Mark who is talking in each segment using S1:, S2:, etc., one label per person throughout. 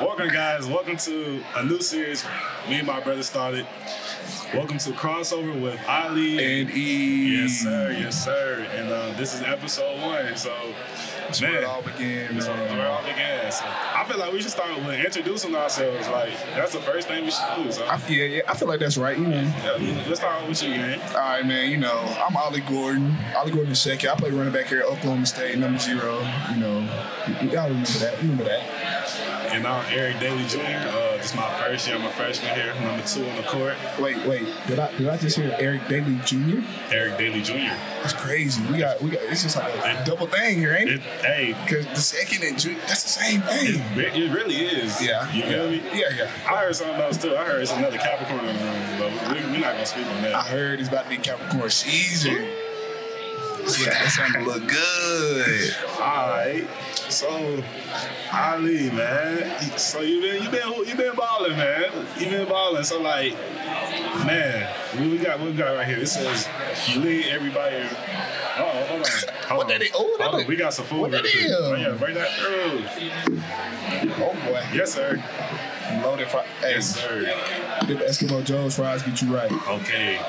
S1: Welcome, guys. Welcome to a new series me and my brother started. Welcome to Crossover with Ali.
S2: And E.
S1: yes, sir. Yes, sir. And uh, this is episode one. So,
S2: That's
S1: man,
S2: where it all began,
S1: this is
S2: man.
S1: where it all began. So, I feel like we should start with introducing ourselves. Like, that's the first thing we should do. So,
S2: I, yeah, yeah, I feel like that's right. You know.
S1: yeah, let's start with you, man.
S2: All right, man. You know, I'm Ollie Gordon. Ollie Gordon is shaky. I play running back here at Oklahoma State, number zero. You know, y- y'all remember that. Remember that.
S1: And I'm Eric Daly Jr. Uh, this is my first year. I'm a freshman here, number two on the court.
S2: Wait, wait. Did I did I just hear Eric Daly Jr.?
S1: Eric Daly Jr.
S2: That's crazy. We got we got. It's just like a double thing here, ain't
S1: It,
S2: it?
S1: hey,
S2: Because the second and junior, that's the same thing.
S1: it, re- it really is.
S2: Yeah.
S1: You feel
S2: yeah.
S1: me?
S2: Yeah, yeah.
S1: I heard something else too. I heard it's another Capricorn in the room, but we, we're not gonna speak on
S2: I
S1: that.
S2: heard it's about to be Capricorn season. Yeah, that sounded look good.
S1: All right. So, Ali, man. So you been you been you been balling, man. You been balling. So like, man, what we got what we got right here. It says you lead everybody. Oh, hold on. Hold
S2: What
S1: on.
S2: that is- oh, that
S1: Hold on.
S2: is-
S1: We got some food.
S2: what that
S1: real quick.
S2: is?
S1: Oh, yeah, bring that through.
S2: Oh boy,
S1: Yes, sir.
S2: loaded fries. Hey,
S1: Yes, sir.
S2: did the Eskimo Joe's fries get you right?
S1: Okay.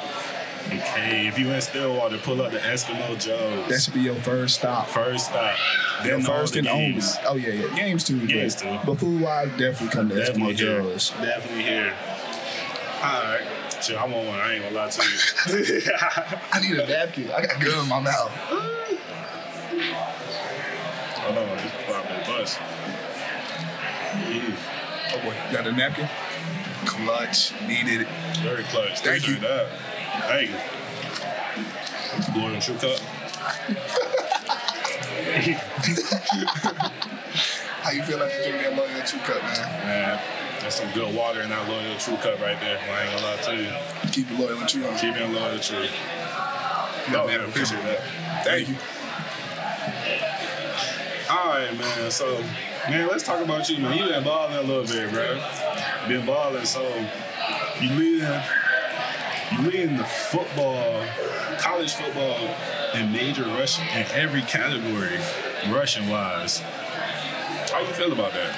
S1: Okay. If you in Stillwater, pull up the Eskimo Joe's.
S2: That should be your first stop.
S1: First stop.
S2: Your
S1: Then
S2: first
S1: the
S2: and only.
S1: games.
S2: Oh yeah, yeah. Games too. but-
S1: Games too.
S2: But food wise, definitely come to
S1: Definitely
S2: Eskimo
S1: here.
S2: Joe's.
S1: Definitely here. All right. Shit, I want one. I ain't gonna lie to you.
S2: I need a napkin. I got gum in my mouth.
S1: Hold on. This probably a bus. Mm,
S2: Oh boy, got a napkin. Clutch needed.
S1: very clutch.
S2: Thank
S1: Appreciate
S2: you.
S1: That. Thank you. Lord and True Cup.
S2: How you feel after drinking that loyal two cup, man?
S1: Man, that's some good water in that Loyal True Cup right there. I ain't gonna lie to you.
S2: Keep it loyal and true.
S1: Keep it Loyal True.
S2: Yeah,
S1: No,
S2: man,
S1: man, appreciate that.
S2: Thank you.
S1: All right, man. So, man, let's talk about you, man. You been balling a little bit, bro. Been balling. So, you leading, you leading the football, college football, in major rushing in every category, rushing wise. How you feel about that?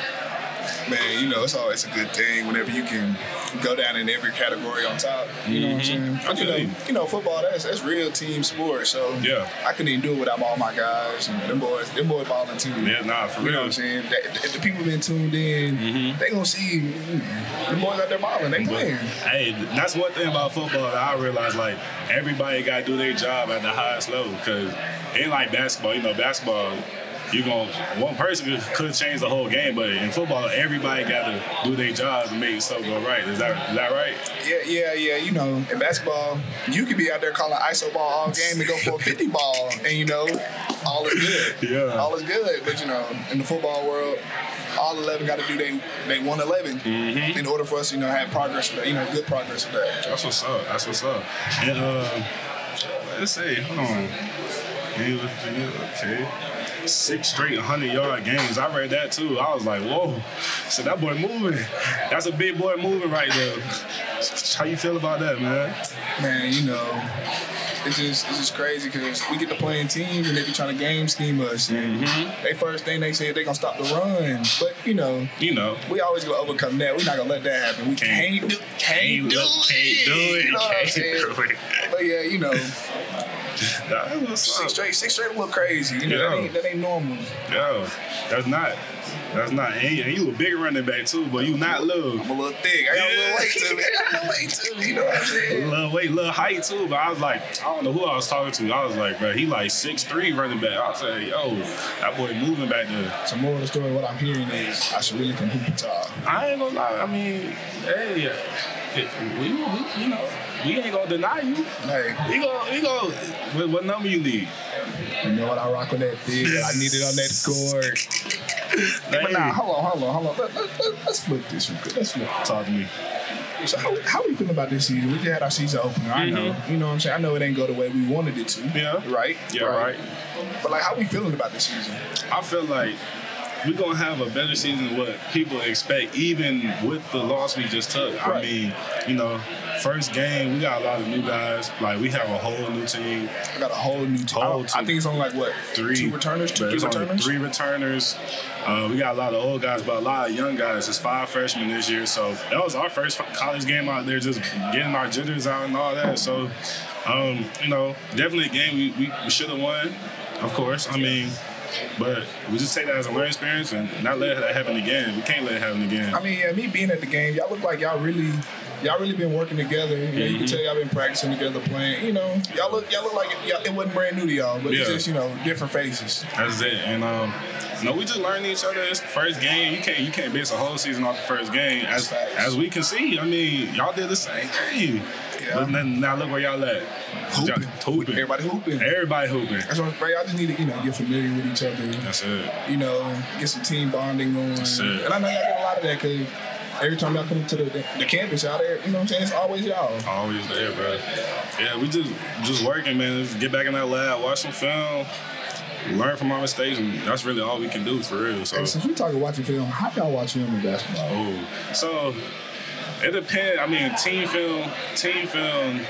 S2: Man, you know, it's always a good thing whenever you can go down in every category on top. You know what I'm saying?
S1: Mm-hmm. I
S2: you,
S1: feel you.
S2: know, you know, football, that's that's real team sport. So
S1: Yeah.
S2: I couldn't even do it without all my guys and them boys, them boys balling too.
S1: Yeah, nah, for
S2: You know what
S1: real.
S2: I'm saying? That- If the people been tuned in, they gonna see mm, the boys out there balling. They
S1: Mm-hmm. But,
S2: playing.
S1: hey, that's one thing about football that I realize. Like everybody got to do their job at the highest level because ain't like basketball. You know, basketball, you going to one person could change the whole game, but in football, everybody got to do their job to make stuff go right. Is that is that right?
S2: Yeah, yeah, yeah. You know, in basketball, you could be out there calling ISO ball all game and go for a 50 ball, and you know, all is good.
S1: Yeah.
S2: All is good. But, you know, in the football world, all 11 got to do they, they 111
S1: Mm-hmm.
S2: in order for us to, you know, have progress with that, you know, good progress with that.
S1: That's what's up. That's what's up. And uh, let's say, hold on. Games with Virginia, Okay. Six straight 100 yard games. I read that too. I was like, whoa. So that boy moving. That's a big boy moving right there. How you feel about that, man?
S2: Man, you know, it's just, it's just crazy because we get to playing teams and they be trying to game scheme us. And they first thing they said, they going to stop the run. But, you know,
S1: You know.
S2: we always gonna overcome that. We're not gonna let that happen. We
S1: Can't-
S2: can't, do, can't, do it. You know what I'm saying?
S1: it.
S2: But yeah, you know,
S1: That's what's
S2: six
S1: up.
S2: straight, six straight look crazy. You know, that,
S1: Yeah.
S2: ain't, that ain't normal.
S1: Yo, that's not. That's not. And you- and you a big running back too, but you not little.
S2: I'm a little thick. I got a
S1: Yeah.
S2: little weight to me. I got a little weight to me. You know what I'm saying?
S1: Little weight, little height too, but I was like, I don't know who I was talking to. I was like, bro, he like six three running back. I said, yo, that boy moving back there.
S2: So more of the story, what I'm hearing is I should really come hoop and talk.
S1: I ain't gonna lie. I mean, hey, it- we, we you know, we ain't gonna deny you.
S2: Like,
S1: We go, we go. What, what number you need?
S2: you know what? I rock on that thing. I need it on that score. But nah,
S1: Hey,
S2: hold on, hold on, hold on. Let, let, let, let's flip this real quick. Let's flip.
S1: talk to me.
S2: So how, how we feeling about this season? We just had our season opener. I know. You know what I'm saying? I know it ain't go the way we wanted it to.
S1: Mm-hmm. Yeah.
S2: Right?
S1: Yeah, right.
S2: But like, how we feeling about this season?
S1: I feel like we're gonna have a better season than what people expect, even with the loss we just took. I
S2: Right.
S1: mean, you know, first game we got a lot of new guys. Like we have a whole new team,
S2: I got a whole new team. I
S1: Whole
S2: don't- I
S1: team.
S2: think it's only like what
S1: three
S2: two returners, two
S1: but
S2: three
S1: it's only
S2: returners.
S1: three returners. Uh, we got a lot of old guys, but a lot of young guys. It's five freshmen this year, so that was our first college game out there, just getting our jitters out and all that. So, um, you know, definitely a game we, we, we should have won, of course. I mean. But we just take that as a learning experience and not let that happen again. We can't let it happen again.
S2: I mean, yeah, me being at the game, y'all look like y'all really, y'all really been working together. You, know, you
S1: Mm-hmm.
S2: can tell y'all been practicing together, playing. You know, y'all look, y'all look like it, y'all, it wasn't brand new to y'all, but it's
S1: Yeah.
S2: just you know different faces.
S1: That's it. And um, no, we just learned each other. It's the first game. You can't you can't base a whole season off the first game. As
S2: Facts.
S1: as we can see, I mean, y'all did the same thing.
S2: Yeah.
S1: But then, now look where y'all at.
S2: Hooping.
S1: Y'all hooping.
S2: Everybody hooping.
S1: Everybody hooping.
S2: That's what, bro, y'all just need to you know get familiar with each other.
S1: That's it.
S2: You know, get some team bonding on.
S1: it.
S2: And I know y'all get a lot of that because every time y'all come to the, the, campus, y'all there. You know what I'm saying? It's always y'all.
S1: Always there, bro. Yeah, we just just working, man. Just get back in that lab, watch some film, learn from our mistakes, and that's really all we can do for real. So.
S2: And since we talking watching film, how y'all watch film in basketball?
S1: Oh, so it depends. I mean, team film, team film.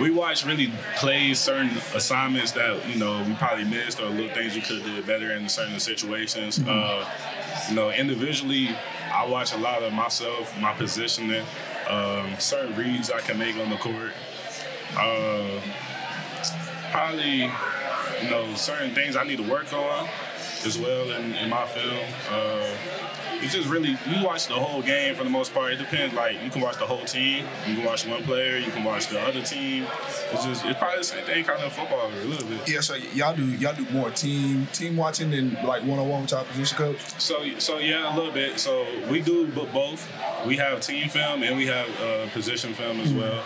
S1: We watch really plays, certain assignments that you know we probably missed, or little things we could have did better in certain situations. Uh, you know, individually, I watch a lot of myself, my positioning, um, certain reads I can make on the court. Uh, probably, you know, certain things I need to work on as well in, in my film. Uh, it's just really you watch the whole game for the most part. It depends. Like you can watch the whole team, you can watch one player, you can watch the other team. It's just it's probably the same thing kind of in football a little bit.
S2: Yeah, so y'all do y'all do more team team watching than like one on one with y'all position coach.
S1: So so yeah, a little bit. So we do b- both. We have team film and we have uh, position film as well.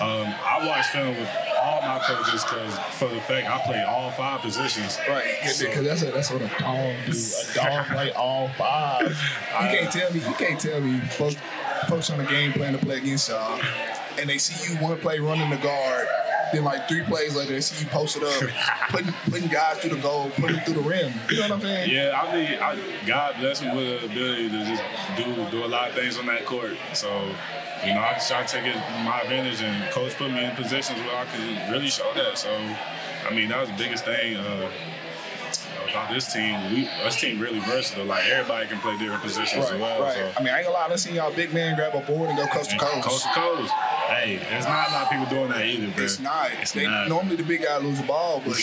S1: Um, I watch film with all my coaches because for the fact I play all five positions.
S2: Right,
S1: So-
S2: because that's a, that's what a dog do. A dog play all five. You can't tell me. You can't tell me. Folks, folks on the game plan to play against y'all, and they see you one play running the guard. Then like three plays later, they see you posted up, putting putting guys through the goal, putting them through the rim. You know what I'm saying?
S1: Yeah, I mean, I, God bless me with the ability to just do do a lot of things on that court. So, you know, I just try to take it my advantage, and coach put me in positions where I could really show that. So, I mean, that was the biggest thing. Uh, about this team, we, this team really versatile. Like everybody can play different positions
S2: Right,
S1: as well.
S2: right.
S1: So.
S2: I mean, I ain't gonna lie. I done seen y'all big man grab a board and go coast to coast.
S1: Coast to coast. Hey, there's not a lot of people doing that either, bro.
S2: It's not.
S1: It's
S2: they,
S1: not.
S2: Normally the big guy lose the ball, but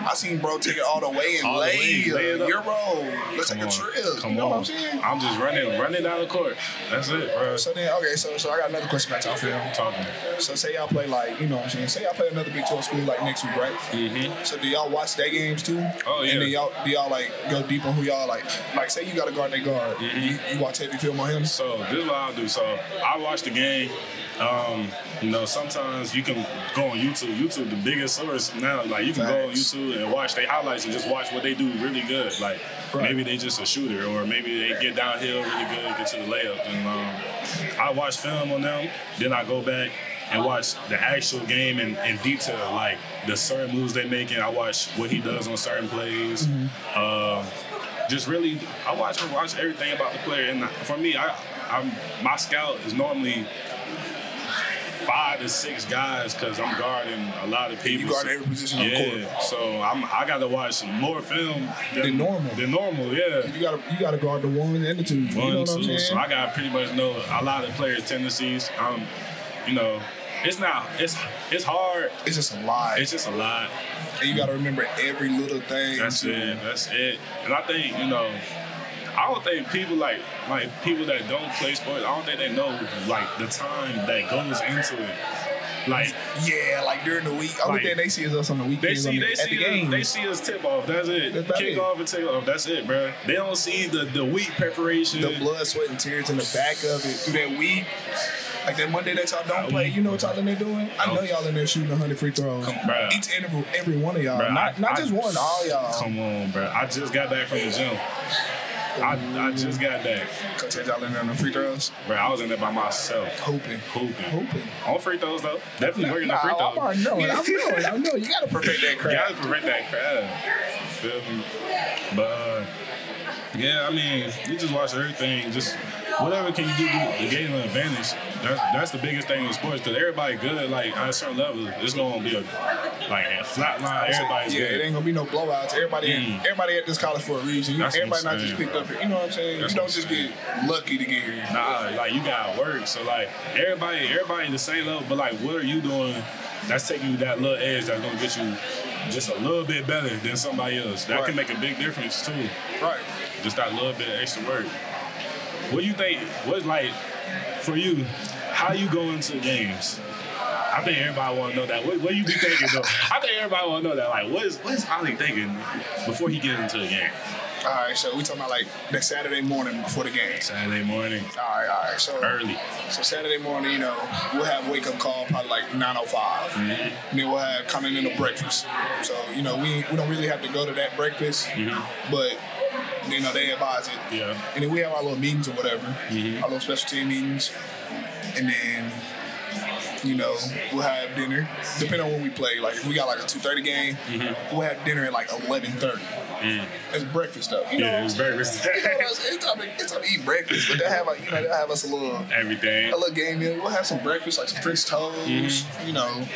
S2: I seen bro take it all the way and
S1: All the
S2: lay.
S1: way, lay it
S2: uh,
S1: up.
S2: Euro. Let's
S1: Come
S2: take
S1: on.
S2: a trip.
S1: Come
S2: you know
S1: on.
S2: what I'm saying?
S1: I'm just running, running down the court. That's it, bro.
S2: So then, okay, so so I got another question about y'all film.
S1: Talking.
S2: So say y'all play like, you know what I'm saying? Say y'all play another Big 12 school like next week, right?
S1: Mhm.
S2: So do y'all watch their games too?
S1: Oh, yeah.
S2: And then y'all do y'all like go deep on who y'all like? Like say you got to guard that guard, you,
S1: Mm-hmm.
S2: you watch heavy film on him.
S1: So this is what I'll do. So I watch the game. Um, you know, sometimes you can go on YouTube. YouTube, the biggest source now. Like you can go on
S2: Facts.
S1: YouTube and watch their highlights and just watch what they do really good. Like
S2: Right.
S1: maybe they just a shooter, or maybe they get downhill really good, get to the layup. And um, I watch film on them. Then I go back and watch the actual game in, in detail, like the certain moves they making. I watch what he does on certain plays.
S2: Mm-hmm.
S1: Um, just really I watch I watch everything about the player and for me I I'm my scout is normally five to six guys because I'm guarding a lot of people.
S2: You guard every position on the
S1: yeah, so I'm I got to watch more film than,
S2: Than normal.
S1: Than normal, yeah.
S2: You gotta you gotta guard the one and the two. you
S1: One,
S2: know what I'm
S1: two.
S2: saying?
S1: So I gotta pretty much know a lot of players' tendencies. Um, you know, it's not it's it's hard.
S2: it's just a lot.
S1: It's just a lot.
S2: And you gotta remember every little thing.
S1: That's
S2: too.
S1: it. That's it. And I think you know, I don't think people like like people that don't play sports. I don't think they know like the time that goes into it. Like
S2: Yeah, like during the week. Only
S1: Like,
S2: thing they see is us on the
S1: they
S2: weekends
S1: see
S2: on the,
S1: they
S2: at the
S1: see us,
S2: games.
S1: they see us tip off. That's it.
S2: That's about
S1: Kick
S2: it.
S1: off and tip off. That's it, bro. They don't see the the week preparation.
S2: the blood, sweat, and tears in the back of it through that week. Like that Monday that y'all
S1: Oh,
S2: don't play, you know what y'all in there doing? I know y'all in there shooting 100 free throws.
S1: bruh.
S2: Each interval, every one of y'all.
S1: Bruh,
S2: not
S1: I-
S2: not
S1: I-
S2: just one, all y'all.
S1: Come on, bro. I just got back from the gym. I, I just got back,
S2: Coach had y'all in there on the free throws,
S1: bro. I was in there by myself,
S2: hoping.
S1: hooping,
S2: Hoping.
S1: on free throws though. Definitely working on free
S2: Nah,
S1: throws.
S2: I'm already knowing. I'm knowing. I know. You gotta perfect that
S1: You
S2: crap.
S1: gotta prevent that crowd. Feel me? But uh, Yeah, I mean, you just watch everything. Just whatever can you do to gain an advantage. That's that's the biggest thing in sports because everybody good. Like at a certain level, it's gonna be a like a flat line. Everybody's
S2: yeah, it
S1: good.
S2: ain't gonna be no blowouts. Everybody,
S1: Mm.
S2: everybody at this college for a reason. You-
S1: That's what
S2: everybody
S1: I'm
S2: not just
S1: saying,
S2: picked
S1: bro.
S2: up here. You know what I'm saying?
S1: That's
S2: you don't
S1: what I'm
S2: just get lucky to get here.
S1: Nah, like you gotta work. So like everybody, everybody in the same level. But like, what are you doing? That's taking you that little edge that's gonna get you just a little bit better than somebody else. That
S2: Right.
S1: can make a big difference too.
S2: Right.
S1: Just that little bit of extra work. What do you think? What's like for you? How you go into games? I think everybody want to know that. What, what you be thinking though? I think everybody want to know that. Like, what is what is Ollie thinking before he get into the game?
S2: All right. So we talking about like that Saturday morning before the game.
S1: Saturday morning,
S2: All right. All right. So
S1: early.
S2: So Saturday morning, you know, we'll have wake up call probably like 9.05. And then we'll have coming in the breakfast. So, you know, we, we don't really have to go to that breakfast, but, you know, they advise it.
S1: Yeah.
S2: And then we have our little meetings or whatever, our little special team meetings. And then, you know, we'll have dinner, depending on when we play. Like, if we got like a 2.30 game, we'll have dinner at like 11.30. It's breakfast, though. You know
S1: Yeah,
S2: what I'm
S1: it's
S2: saying?
S1: breakfast.
S2: You know what I'm saying? It's time to- It's time to eat breakfast, but they'll have, like, you know, they'll have us a little
S1: Everything.
S2: a little game meal. We'll have some breakfast, like some French toast,
S1: Mm-hmm.
S2: you know,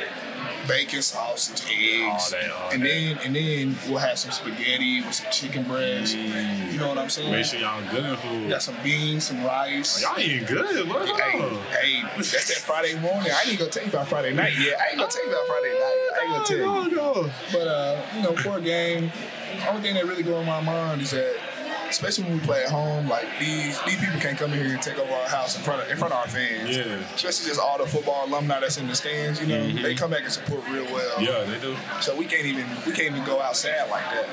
S2: bacon, sausage, eggs,
S1: All that, all
S2: and
S1: that.
S2: then and then we'll have some spaghetti with some chicken breast. You know what I'm saying?
S1: Mm. Make sure y'all good in food.
S2: Got some beans, some rice.
S1: Y'all eating good, bro.
S2: Hey, hey, that's that Friday morning. I ain't gonna tell you about Friday night yet. I ain't gonna tell you about Friday night. I ain't gonna tell you. But uh, you know, for a game, only thing that really go in my mind is that, especially when we play at home, like these these people can't come in here and take over our house in front of in front of our fans.
S1: Yeah. Mm-hmm.
S2: Especially just all the football alumni that's in the stands. You know, they come back and support real well.
S1: Yeah, they do.
S2: So we can't even we can't even go outside like that.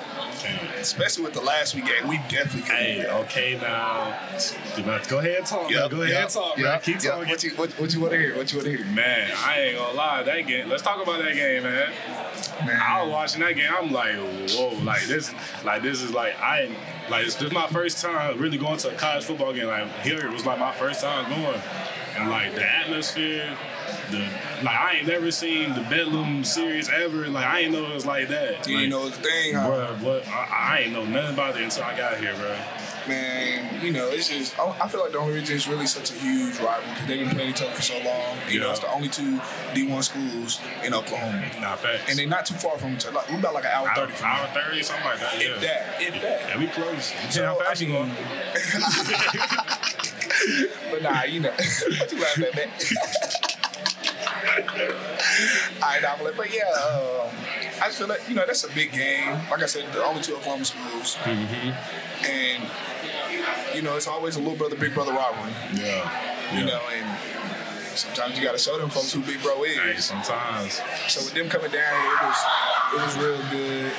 S2: Especially with the last week game, we definitely couldn't. do
S1: Hey,
S2: that.
S1: okay now. Go ahead and talk.
S2: Yup,
S1: man. Go ahead
S2: yup,
S1: and talk, man.
S2: yup,
S1: Keep
S2: yup.
S1: talking.
S2: What you what, what you want to hear? What you want to hear?
S1: Man, I ain't gonna lie, that game. Let's talk about that game, man.
S2: Man.
S1: I was watching that game. I'm like, whoa, like this, like this is like I, ain't- like this, this is my first time really going to a college football game. Like here, it was like my first time going, and like the atmosphere, the like I ain't never seen the Bedlam series ever. Like I ain't know it was like that.
S2: You
S1: Like,
S2: know it's a thing, huh?
S1: Bruh, what I, I ain't know nothing about it until I got here, bro.
S2: man, you know, it's just, I I feel like the only reason it's really such a huge rival because they've been playing each other for so long. You know,
S1: Yeah.
S2: it's the only two D1 schools in Oklahoma.
S1: Nah, facts.
S2: And they're not too far from each other. Like, we're about like an hour 30
S1: hour,
S2: from
S1: hour thirty, something like that.
S2: If
S1: yeah.
S2: that, if that.
S1: Yeah, we close. You see
S2: So,
S1: how fast
S2: I
S1: you going?
S2: mean- But nah, you know, what you laughing at, man? All right, nah, but- but yeah, um, I just feel like, you know, that's a big game. Like I said, the only two Oklahoma schools.
S1: Mm-hmm.
S2: And, you know, it's always a little brother, big brother rivalry.
S1: Yeah.
S2: You know, and sometimes you gotta show them folks who Big Bro is.
S1: Hey, sometimes.
S2: So with them coming down here, it was it was real good.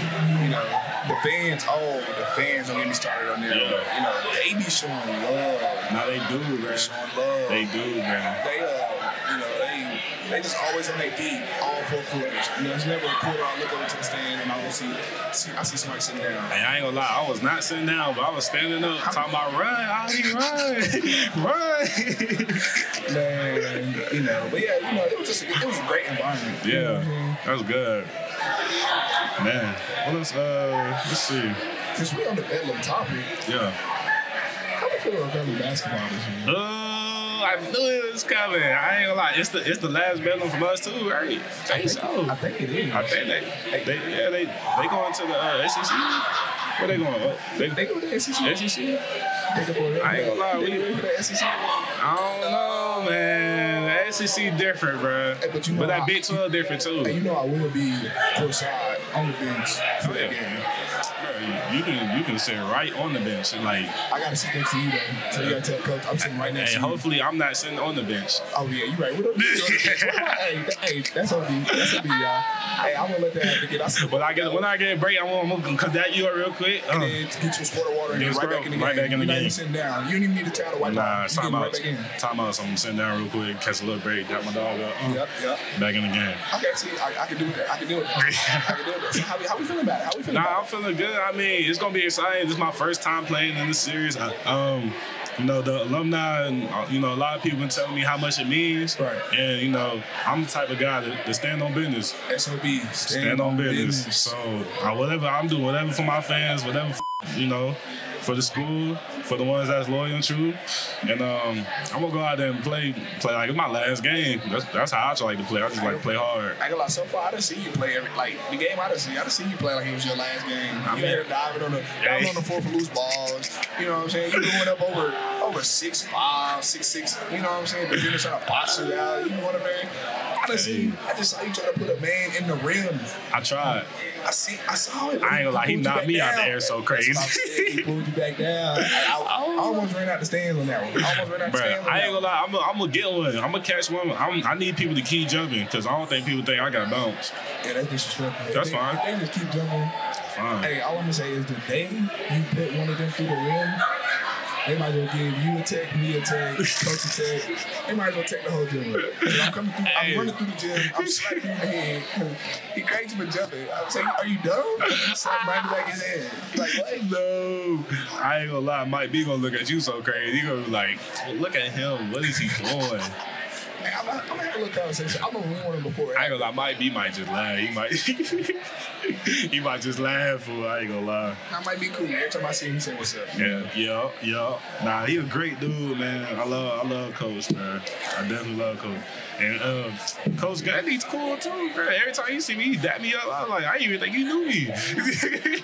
S2: You know, the fans, oh, the fans don't get me started on them.
S1: Yeah.
S2: You know, they be showing love.
S1: Now they do, bro.
S2: They showing love.
S1: They do, man.
S2: They, uh, you know, they they just always on their feet, all four quarters. You know, it's never a quarter I look over to the stand and I don't see, see I see somebody sitting down.
S1: Hey, I ain't gonna lie, I was not sitting down, but I was standing up talking about run, Ollie, run, run.
S2: Man, you know, but yeah, you know, it was just a, it was a great environment.
S1: yeah, that was good. Man, what else? Uh, let's see.
S2: Since we on the Bedlam topic,
S1: Yeah.
S2: how do you feel about Bedlam basketball this year?
S1: Oh, I knew it was coming. I ain't gonna lie, it's the it's the last bedlam from us too, right? I think so.
S2: I think it is.
S1: I think they, they yeah they they going to the uh, SEC. Where they going? Oh, they, E
S2: They go to the SEC.
S1: SEC?
S2: They go to the-
S1: I ain't gonna lie,
S2: They
S1: we-
S2: ready for the SEC.
S1: I don't know, man. The SEC different, bro.
S2: Hey, but you know I-
S1: that Big Twelve different too.
S2: And you know I will be courtside on the bench for that game.
S1: Bro, you, you can you can sit right on the bench and like,
S2: I gotta sit next to you though. So you gotta tell coach I'm sitting right next
S1: hey,
S2: to you.
S1: hopefully I'm not sitting on the bench.
S2: Oh yeah, you right. What up? hey, th- hey, that's OD. That's OD, y'all. Hey, I'm gonna let that happen. Get out.
S1: When I get when I get a break, I'm gonna I'm gonna cut that you up real quick. Uh,
S2: Then get you a squirt of water and
S1: Get
S2: get
S1: a
S2: right back in the game.
S1: squirt, right back in the
S2: You're not even
S1: game.
S2: sitting down. You don't even need a towel to wipe
S1: Uh, nah,
S2: out. You
S1: time
S2: get right
S1: out,
S2: back in.
S1: time out. So I'm sitting down real quick, catch a little break, got my dog up, uh,
S2: Yep, yep.
S1: back in the game.
S2: Okay, see, I, I can do with that. I can do with that. I can do with that. So how we, how we feeling about it? How we feeling
S1: Nah,
S2: about
S1: I'm feeling good. I mean, it's gonna be exciting. This is my first time playing in the series. I, um, you know, the alumni and uh, you know a lot of people been telling me how much it means.
S2: Right.
S1: And you know, I'm the type of guy that, that stand on business,
S2: it? SOB. Stand,
S1: stand on business. So I, whatever I'm doing, whatever for my fans, whatever f- you know, for the school, for the ones that's loyal and true. And um, I'm gonna go out there and play, play like it's my last game. That's that's how I try like to play. I just like to play hard.
S2: I go like so far. I didn't see you play every like the game. I didn't see. I didn't see you play like it was your last game. I
S1: mean-
S2: you there diving on the diving on the floor for loose balls. You know what I'm saying? You going up over over six five, six six. You know what I'm saying? The finish trying to box you out. You know what I mean? I didn't see. you. I just saw you try to put a man in the rim.
S1: I tried.
S2: I see. I saw it.
S1: I ain't gonna lie, he
S2: pulled you
S1: knocked
S2: back
S1: me out the
S2: down.
S1: air so
S2: That's what I'm
S1: crazy. Oh.
S2: saying. He pulled you back down. Like, I, I almost ran out the stands on that one. I almost ran out the
S1: Bruh,
S2: stands. on
S1: I
S2: that
S1: ain't gonna lie. I'm gonna I'm get one. I'm gonna catch one. I'm, I need people to keep jumping because I don't think people think I got bounce.
S2: one. Yeah, that's disrespectful. If
S1: That's
S2: they-
S1: fine.
S2: if They just keep jumping.
S1: Fine.
S2: Hey, all I'm gonna say is the day you put one of them through the rim, they might go give you a tech, me a tech, coach a tech. They might go take the whole gym. up. 'Cause I'm coming through,
S1: Hey.
S2: I'm running through the gym, I'm slapping him in the head. 'cause He crazy for jumping. I'm saying, are you dumb? I'm slapping right in the back of his head. Like what?
S1: No, I ain't gonna lie. Mike B gonna look at you so crazy. He gonna be like, "Well, look at him. What is he doing?
S2: Hey, I'm, gonna- I'm gonna have a little conversation. I'm gonna win one of them before.
S1: I ain't gonna lie. Mike B might just laugh. He might, he might just laugh. Fool. I ain't gonna lie.
S2: That might be cool. Every time I see him, he say, "What's up?"
S1: Yeah, yeah, yeah. Nah, he a great dude, man. I love, I love Coach, man. I definitely love Coach. And um, Coach Gundy's cool too, bro. Every time you see me, he dap me up. I was like, I didn't even think he knew me.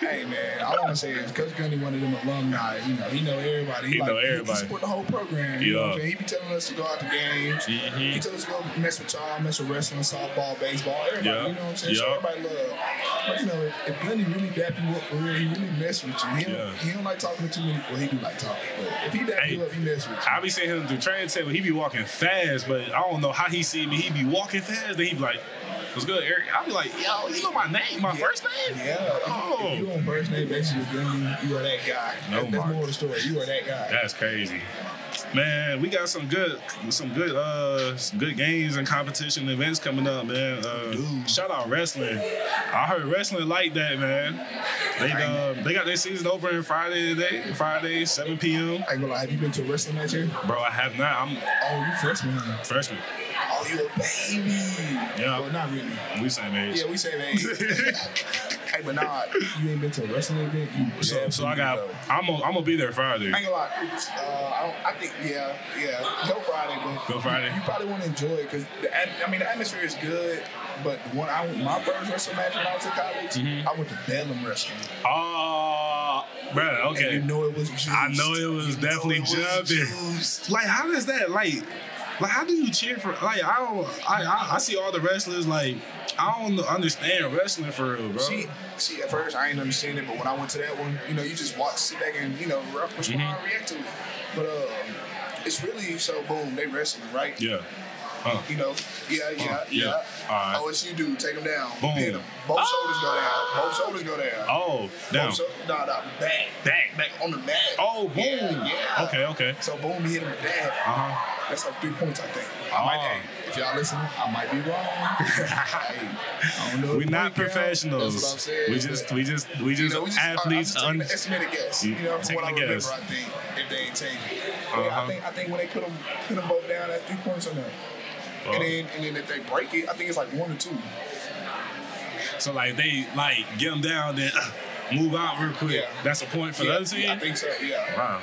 S2: Hey man, all I want to say is Coach Gundy, one of them alumni. You know, he know everybody.
S1: He know everybody.
S2: He support the whole program. You know what I'm
S1: Yeah.
S2: saying? He be telling us to go out to games. He
S1: Mhm.
S2: told us to go mess with y'all, mess with wrestling, softball, baseball, everybody.
S1: Yeah.
S2: You know what I'm saying? So
S1: Yeah.
S2: everybody love. But you know, if, if Gundy really dap you up for real, he really mess with you. He don't,
S1: Yeah.
S2: he don't like talking to too many. Well, he do like talking, but if he dap
S1: Hey.
S2: you up, he mess with you.
S1: I be seeing him through training tape, but he be walking fast, but I don't know how he see me. He be walking fast, then he be like, what's good, Eric? I be like, yo, you know my name, my first name?
S2: Yeah. If you
S1: Oh,
S2: on first name basis with Gundy, you are that guy.
S1: No,
S2: That- that's
S1: Mark.
S2: more of the story. You are that guy.
S1: that's crazy. Man, we got some good, some good, uh, some good games and competition events coming up, man. Uh, shout out wrestling. I heard wrestling like that, man. They uh, they got their season opener Friday today, Friday 7 p.m.
S2: I ain't gonna lie. Have you been to a wrestling match here?
S1: Bro, I have not. I'm
S2: Oh, you freshman.
S1: freshman.
S2: Oh, you a baby.
S1: Yeah.
S2: Well, not really.
S1: We same age.
S2: Yeah, we say that. hey, but nah, you ain't been to a wrestling event. You
S1: So, so I got.
S2: I
S1: I'm gonna, I'm gonna be there Friday.
S2: ain't gonna lie. Uh, I, don't, I think yeah, yeah. Go Friday, but
S1: Go Friday.
S2: You probably want to enjoy it because I mean the atmosphere is good. But the one I my first wrestling match when I was in college,
S1: Mm-hmm.
S2: I went to Bellum Wrestling.
S1: Oh, bruh,
S2: And
S1: okay.
S2: you know it was. Juiced.
S1: I know it was
S2: You
S1: definitely
S2: know it was
S1: jumping.
S2: juiced.
S1: Like, how does that like? Like, how do you cheer for? Like, I don't. I, I I see all the wrestlers. Like, I don't understand wrestling for real, bro.
S2: She, she at first I ain't understand it, but when I went to that one, you know, you just watch, sit back, and you know, re-
S1: Mm-hmm.
S2: respond, react to it. But um, it's really so boom, they wrestling, right?
S1: yeah. Huh.
S2: You know, yeah, yeah,
S1: Uh, yeah.
S2: yeah.
S1: Alright.
S2: Oh, it's you, dude. Take them down.
S1: Boom.
S2: Hit 'em. Both shoulders go down. Both shoulders go down.
S1: Oh, down.
S2: Both shoulders, nah, nah, back,
S1: Back, back.
S2: on the back.
S1: Oh, boom.
S2: Yeah, yeah.
S1: Okay, okay.
S2: So boom, he hit him with
S1: Uh
S2: that.
S1: huh.
S2: That's like three points, I think.
S1: Oh.
S2: I might, hey, if y'all listening, I might be wrong. hey, I don't know.
S1: We're not
S2: Point count.
S1: professionals.
S2: That's what I'm saying.
S1: we
S2: but-
S1: just, we just, we
S2: you
S1: just
S2: know, we just, I-
S1: athletes.
S2: I'm
S1: un-
S2: just taking an estimated guess. You
S1: Yeah,
S2: know, from what I
S1: taking a
S2: remember,
S1: guess.
S2: I think if they ain't changed it.
S1: Uh-huh.
S2: I think I think when they put them put them both down at three points or no.
S1: Oh.
S2: And then and then if they break it, I think it's like one or two.
S1: so like they like get them down, then uh, move out real quick.
S2: Yeah.
S1: That's a point for
S2: yeah,
S1: the other team.
S2: I think so. Yeah.
S1: Wow.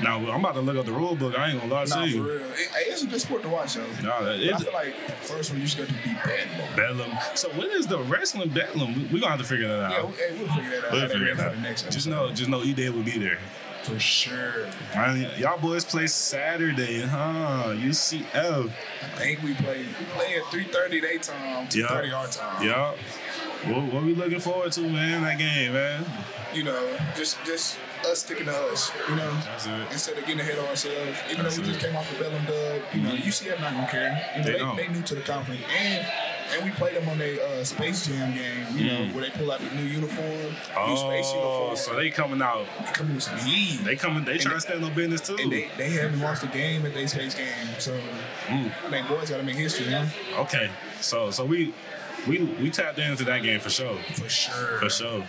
S1: Now I'm about to look up the rule book. I ain't gonna lie
S2: Nah,
S1: to
S2: for
S1: you.
S2: real. It- hey, it's a good sport to watch, though.
S1: Nah, that
S2: But I
S1: is
S2: feel like the first one you should go to be bad. though.
S1: bedlam. So when is the wrestling bedlam? We, we gonna have to figure that out.
S2: Yeah, we, hey, we'll figure that out.
S1: we'll
S2: Have that
S1: figure
S2: ready
S1: that
S2: for the next
S1: out. Just
S2: episode.
S1: know, just know, E Day will be there.
S2: for sure.
S1: I mean, y'all boys play Saturday, huh? UCF.
S2: I think we play we play at three thirty their time, two
S1: Yeah.
S2: thirty our time.
S1: Y'all. What, what we looking forward to, man? That game, man.
S2: You know, just just us sticking to us. You know.
S1: That's it.
S2: instead of getting ahead of ourselves. Even though we
S1: Absolutely.
S2: just came off the Bellum dub, you know, UCF not gonna care. You know,
S1: Mm-hmm. They
S2: they,
S1: don't.
S2: they, new to the conference, and and we played them on their uh, Space Jam game. You know, where they pull out the new uniform, new space
S1: Mm. Oh,
S2: uniform.
S1: so they coming out.
S2: they coming with some heat.
S1: They coming. They trying to stand on business too.
S2: and they, they haven't lost a game at their space game, so
S1: Mm.
S2: I think boys gotta make history, huh?
S1: Okay. So, so we, we, we tapped into that game for sure.
S2: For sure.
S1: For sure.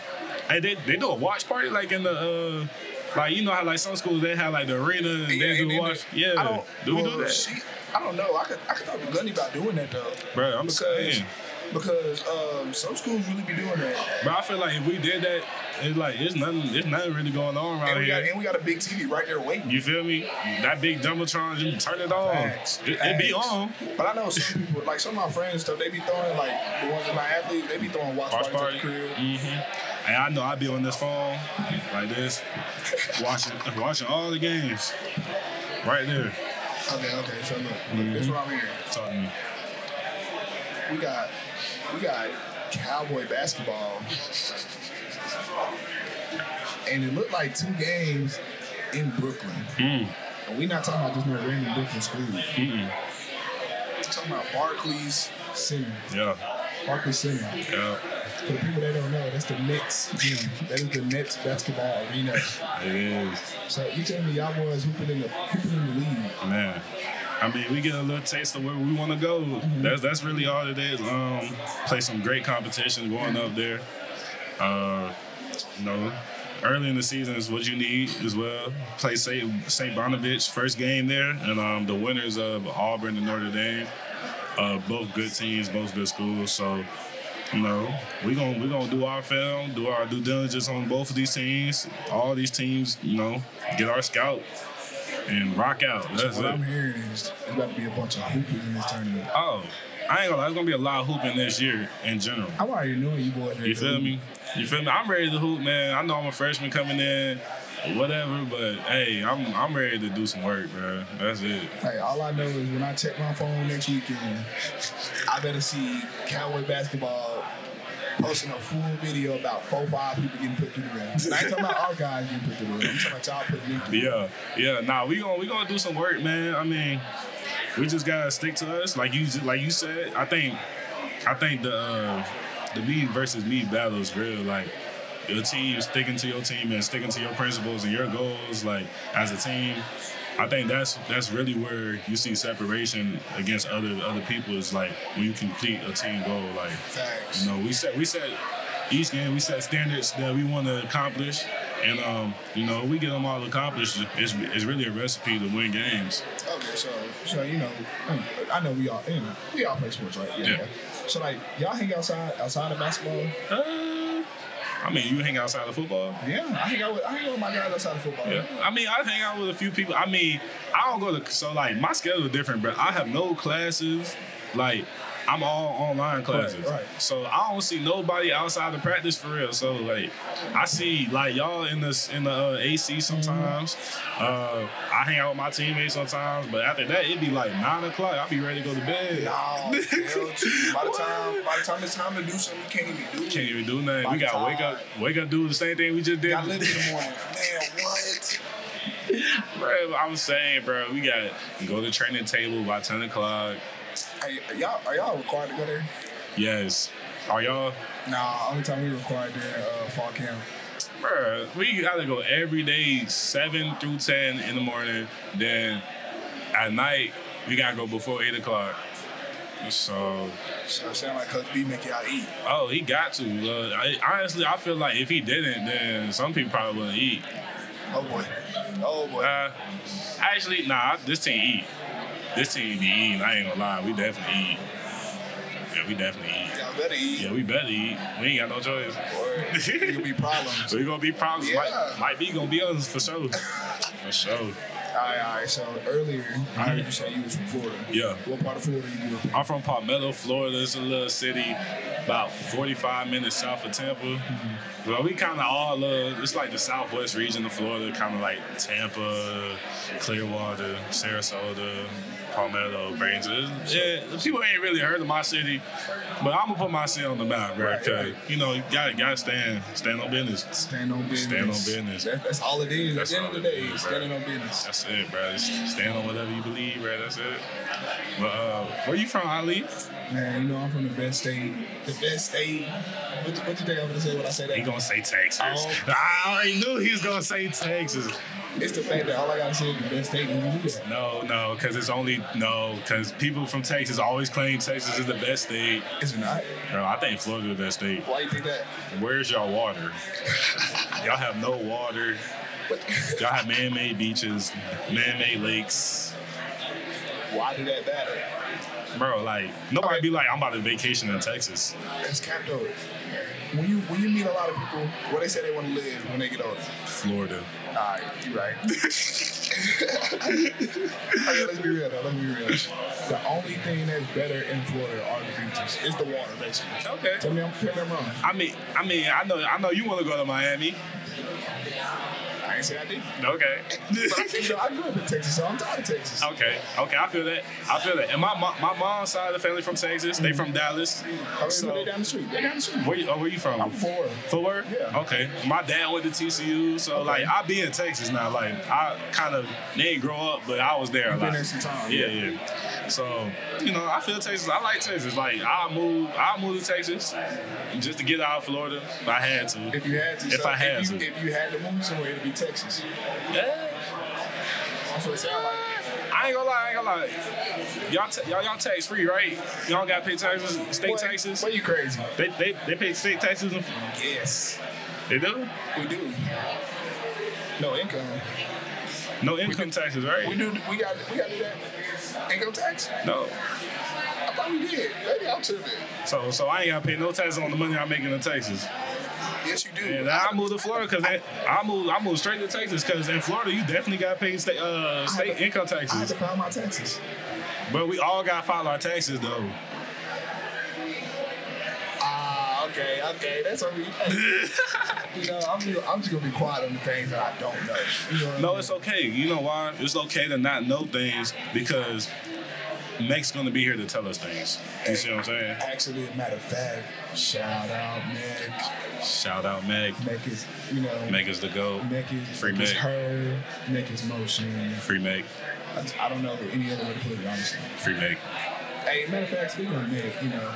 S1: Hey, they, they do a watch party like in the uh like you know how like some schools they have like the arena and
S2: Yeah,
S1: they do
S2: and then
S1: watch.
S2: the- I
S1: yeah.
S2: don't-
S1: Do we
S2: well,
S1: do that?
S2: she- I don't know. I could I could talk to Gunny about doing that though.
S1: Bro, I'm
S2: because
S1: saying. Oh,
S2: because um, some schools really be doing that.
S1: But I feel like if we did that, it's like it's nothing. It's nothing really going on
S2: And
S1: around
S2: we, got,
S1: here.
S2: and we got a big TV right there waiting.
S1: You feel me? That big jumbotron, you turn it on.
S2: Facts.
S1: It, it be
S2: Facts.
S1: on.
S2: But I know some people, like some of my friends and stuff, they be throwing like the ones that my athletes, they be throwing watch,
S1: Watch
S2: parties
S1: party.
S2: at the crib.
S1: Mm-hmm. And I know I be on this phone like this, watching watching all the games. Right there.
S2: Okay, okay. So look, look this is
S1: Mm-hmm.
S2: what I'm hearing.
S1: Talk to me.
S2: We got we got cowboy basketball. And it looked like two games in Brooklyn.
S1: Mm.
S2: And we're not talking about just no random Brooklyn school. We're talking about Barclays Center.
S1: Yeah.
S2: Barclays Center.
S1: Yeah.
S2: For the people that don't know, that's the Nets gym. that is the Nets basketball arena.
S1: It is.
S2: So you telling me y'all boys hooping in the hooping in the league.
S1: Man. I mean, we get a little taste of where we want to go.
S2: Mm-hmm.
S1: That's that's really all it is. Um, play some great competition going up there. Uh, you know, early in the season is what you need as well. Play St. St. Bonavich first game there, and um, the winners of Auburn and Notre Dame, uh, both good teams, both good schools. So, you know, we gonna we gonna do our film, do our due diligence on both of these teams. All these teams, you know, get our scout and rock out. That's
S2: What
S1: it.
S2: I'm hearing is there's about to be a bunch of hoopers in this tournament.
S1: Oh, I ain't gonna lie, it's gonna be a lot of hooping this year in general.
S2: I'm already knowing you boys.
S1: You feel me? You feel me? I'm ready to hoop, man. I know I'm a freshman coming in, whatever, but hey, I'm I'm ready to do some work, bro. That's it.
S2: Hey, all I know is when I check my phone next weekend, I better see Cowboy basketball posting a full video about four, five people getting put through the rim. And I ain't talking about our guys getting put through the rim. I'm talking about y'all putting them through.
S1: Yeah, yeah. Nah, we gonna we gonna do some work, man. I mean, we just gotta stick to us, like you like you said. I think I think the uh, the me versus me battle is real. Like your team sticking to your team and sticking to your principles and your goals, like as a team. I think that's that's really where you see separation against other other people is like when you complete a team goal, like
S2: Facts.
S1: you know, we set we set each game we set standards that we want to accomplish, and um, you know, we get them all accomplished. It's, it's really a recipe to win games.
S2: Okay, so so you know, um, I know we all you know, we all play sports, right?
S1: Yeah.
S2: So like y'all hang outside outside of basketball.
S1: Uh, I mean, you hang outside of football.
S2: Yeah, I hang out with I hang out with my guys outside of football.
S1: Yeah. I mean, I hang out with a few people. I mean, I don't go to so like my schedule is different, but I have no classes. Like I'm all online classes,
S2: right.
S1: so I don't see nobody outside of practice for real. So like, I see like y'all in this in the uh, AC
S2: Mm-hmm.
S1: sometimes. Uh, I hang out with my teammates sometimes, but after that it'd be like nine o'clock. I'll be ready to go to bed.
S2: No, Oh, hell, gee, by the time by the time it's time to do something, you can't even do. it.
S1: Can't even do nothing.
S2: My
S1: We gotta wake up, wake up, do the same thing we just did.
S2: I live in the morning. Man, what?
S1: Bro, I'm saying, bro, we gotta go to the training table by ten o'clock.
S2: Hey, are y'all are y'all required to go there?
S1: Yes. Are y'all?
S2: Nah, only time we required there uh, fall camp.
S1: Bruh, we gotta go every day, 7 through 10 in the morning. Then at night, we gotta go before 8 o'clock. So,
S2: So it sound like Coach B make y'all eat.
S1: oh, he got to. Uh, I, honestly, I feel like if he didn't, then some people probably wouldn't eat.
S2: Oh boy, oh boy.
S1: Uh, actually, nah, this team eat. This team be eating. I ain't gonna lie. We definitely eat. Yeah, we definitely eat.
S2: y'all better eat.
S1: Yeah, we better eat. We ain't got no choice.
S2: Or it'll be problems.
S1: So we gonna be problems.
S2: Yeah.
S1: Might, might be gonna be us for sure. for sure.
S2: All right, all right. So earlier, I heard you say you was from Florida.
S1: Mm-hmm. Yeah.
S2: What part of Florida you were from?
S1: I'm from Palmetto, Florida. It's a little city about 45 minutes south of Tampa. Well, we kind of all love, it's like the southwest region of Florida, kind of like Tampa, Clearwater, Sarasota, Palmetto, Brains. Yeah, people ain't really heard of my city, but I'm going to put my city on the map, bro.
S2: Right,
S1: 'cause,
S2: right.
S1: You know, you got to stand, stand on business.
S2: Stand on business.
S1: Stand on business.
S2: That, that's all it is.
S1: That's
S2: At the end
S1: all
S2: of the
S1: it
S2: day,
S1: is, bro.
S2: standing on business.
S1: That's it, bro. Just stand on whatever you believe, bro. That's it. But uh, where you from, Ali?
S2: Man, you know I'm from the best state. The best state. What, you- what you think I'm gonna say when I say that?
S1: He gonna say Texas.
S2: Oh.
S1: I already knew he was gonna say Texas.
S2: It's the fact that all I gotta say is the best state when you do that.
S1: No, no, because it's only no, because people from Texas always claim Texas is the best state.
S2: Is it not?
S1: Bro, I think Florida's the best state.
S2: Why you think that?
S1: Where's y'all water? y'all have no water.
S2: What?
S1: Y'all have man-made beaches, man-made lakes.
S2: Why do that matter?
S1: Bro, like nobody be like, I'm about to vacation in Texas.
S2: That's cap though. When you when you meet a lot of people, where they say they want to live when they get older.
S1: Florida.
S2: All right, you right. okay, Oh, let's be real though. Let's be real. The only thing that's better in Florida are the beaches. It's the water, basically.
S1: Okay.
S2: Tell me, I'm, tell me I'm wrong.
S1: I mean, I mean, I know, I know you want to go to Miami.
S2: I ain't say I did.
S1: Okay.
S2: But I, you know, I grew up in Texas, so I'm tired of Texas.
S1: okay. Okay. I feel that. I feel that. And my mo- my mom's side of the family from Texas. They from Dallas.
S2: I mean,
S1: So
S2: they down the street. They down the street.
S1: where you, oh, where you from?
S2: I'm four.
S1: Fuller?
S2: Yeah.
S1: Okay. My dad went to TCU, so like I be in Texas now. Like I kind of they didn't grow up, but I was there a
S2: I've
S1: lot.
S2: been there some time.
S1: yeah, yeah. So you know, I feel Texas. I like Texas. Like I move, I moved to Texas just to get out of Florida. If I had to.
S2: If you had to,
S1: If
S2: so
S1: I had
S2: if you,
S1: to.
S2: if you had to move somewhere, it'd be Texas.
S1: Yeah.
S2: That's what it sounds like.
S1: I ain't gonna lie. I ain't gonna lie. Y'all, t- y'all, y'all tax free, right? Y'all got to pay taxes, state
S2: Boy,
S1: taxes.
S2: Boy, you crazy?
S1: They, they, they pay state taxes. And-
S2: Yes,
S1: they do.
S2: we do. No income.
S1: No income taxes,
S2: We
S1: right?
S2: do. We got. We got to do that. Income tax.
S1: No.
S2: I thought we did. Maybe I'm tripping.
S1: So, so I ain't gotta pay no taxes on the money I'm making in Texas.
S2: Yes, you do.
S1: And I moved to Florida because I moved. I moved straight to Texas because in Florida you definitely got paid state uh, state income
S2: I had
S1: taxes.
S2: to file my taxes.
S1: But we all got to file our taxes though.
S2: Ah, okay, okay. That's what we. you know, I'm just, I'm just gonna be quiet on the things that I don't know. You know what I
S1: No,
S2: mean?
S1: it's okay. You know why? It's okay to not know things because Meg's gonna be here to tell us things. You see what I'm saying?
S2: Actually, a matter of fact, shout out Meg.
S1: Shout out Meg.
S2: Meg is, you know,
S1: Meg is the goat.
S2: Meg is,
S1: Free
S2: Meg is
S1: Meg.
S2: her. Meg is motion.
S1: Free Meg.
S2: I, I don't know any other way to put it, honestly.
S1: Free Meg.
S2: Hey, matter of fact, speaking of Nick, you know,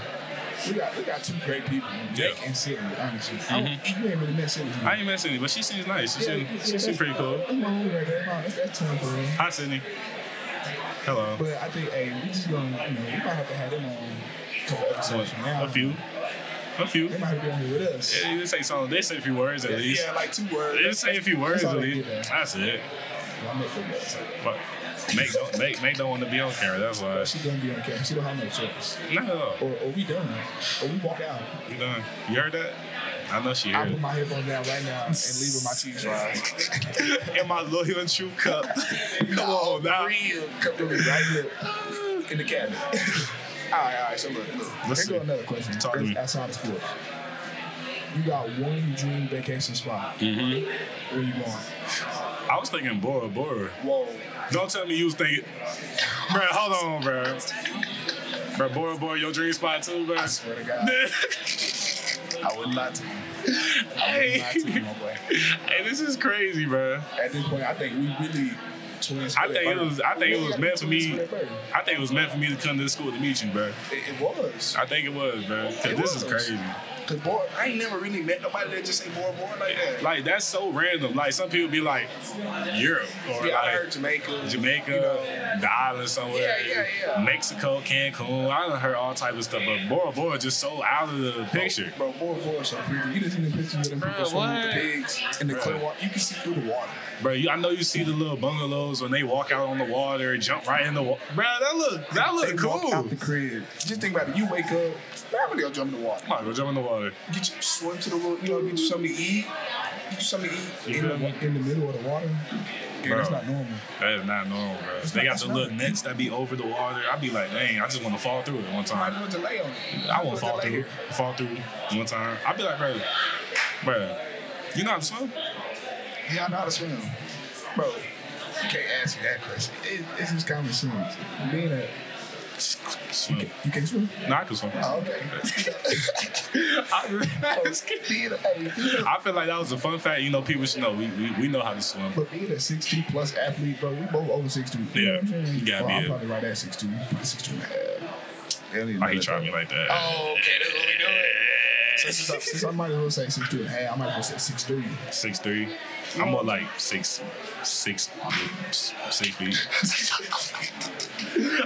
S2: we got we got two great people, Nick
S1: Yeah. Mm-hmm.
S2: and Sydney. Honestly, I don't- you ain't really met Sydney.
S1: I ain't messing with you, but she seems nice. She seems she seems pretty cool.
S2: That's my homie right there. Come on, That's that's twin for real.
S1: Hi, Sydney. Hello.
S2: But I think, hey, we just gonna, you know, we might have to have them on a couple episodes from now.
S1: A few. A few.
S2: They might have been on here with us.
S1: Yeah, they say something. They say a few words at least.
S2: Yeah, like two words.
S1: They just say a few words
S2: all
S1: at
S2: they
S1: least.
S2: did there.
S1: That's it.
S2: Well, I'm not gonna go outside.
S1: But make don't make make don't want to be on camera. That's why.
S2: She gonna be on camera. She don't have no choice.
S1: No,
S2: Or, or we done. Or we walk out.
S1: you done. You heard that? I know she
S2: I
S1: heard
S2: put
S1: it.
S2: my headphones down right now and leave with my cheese fries.
S1: In my little and chew cup. Come on now.
S2: real couple of right here in the cabinet. all right, all right. So look, look.
S1: Listen.
S2: Here go another question.
S1: Talk to me.
S2: Outside of sports, you got one dream vacation spot.
S1: Mm-hmm.
S2: Where you going?
S1: I was thinking Bora Bora.
S2: Whoa.
S1: Don't tell me you was thinking, bro. Hold on, bro. Bro, Bora Bora, oh your dream spot too, bro.
S2: I swear to God, I would lie to you. I would lie to you, my boy.
S1: hey, this is crazy, bro.
S2: At this point, I think we really twins.
S1: I think it was. I think it was meant for me.
S2: It, it,
S1: I think it was meant for me to come to this school to meet you, bro.
S2: it was.
S1: I think it was, bro. 'Cause
S2: It
S1: this is
S2: was.
S1: crazy.
S2: Cause boy, I ain't never really met nobody that just say more, more like that.
S1: Like that's so random. Like some people be like Europe or
S2: yeah, I
S1: like
S2: heard Jamaica.
S1: Jamaica,
S2: You know,
S1: the island somewhere,
S2: Yeah, yeah, yeah.
S1: Mexico, Cancun. I done heard all type of stuff, but Bora Bora just so out of the picture.
S2: Bro, boy, boy, so pretty. You just seen the pictures of them
S1: Bruh,
S2: people swimming with
S1: what?
S2: the pigs in the clear
S1: Bruh.
S2: water. You can see through the water.
S1: Bro, you, I know you see the little bungalows when they walk out on the water, jump right in the water. Bro, that look, that
S2: they
S1: look
S2: walk
S1: cool.
S2: out the crib. Just think about it. You wake up, everybody will jump in the water.
S1: Come on, go jump in the water.
S2: Get you swim to the little, you know, get you something to eat. Get you something to eat
S1: You
S2: in
S1: feel me?
S2: the, in the middle of the water. Yeah, that's
S1: Bruh.
S2: not normal.
S1: That is not normal, bro. They got the little nets that be over the water. I'd be like, dang, I just want to fall through it one
S2: I
S1: time.
S2: just want to lay on it.
S1: I want to fall
S2: Put the
S1: through,
S2: layer.
S1: fall through one time. I'd be like, bro, bro, you know how to swim?
S2: Yeah, I know how to swim. Bro, you can't ask me that question. It, it's just common sense. Being a,
S1: Swim.
S2: you can't swim?
S1: No, I can swim.
S2: Oh, okay.
S1: I
S2: being a, hey, being a
S1: I feel like that was a fun fact. You know, people should know we, we, we know how to swim.
S2: But being a 6'2 plus athlete, bro, we both over 6'2.
S1: Yeah,
S2: know what I'm saying?
S1: you gotta
S2: Well,
S1: be
S2: I'm
S1: it.
S2: probably right at 6'2. Probably 6'2 and a half. They don't even
S1: Why
S2: know
S1: he
S2: that,
S1: tried
S2: though.
S1: me like that?
S2: Oh, okay, that's what we doing. Since, I- since I might as well say 6'2 and a half, I might as well say 6'3.
S1: Six three. I'm more like six, six, six feet.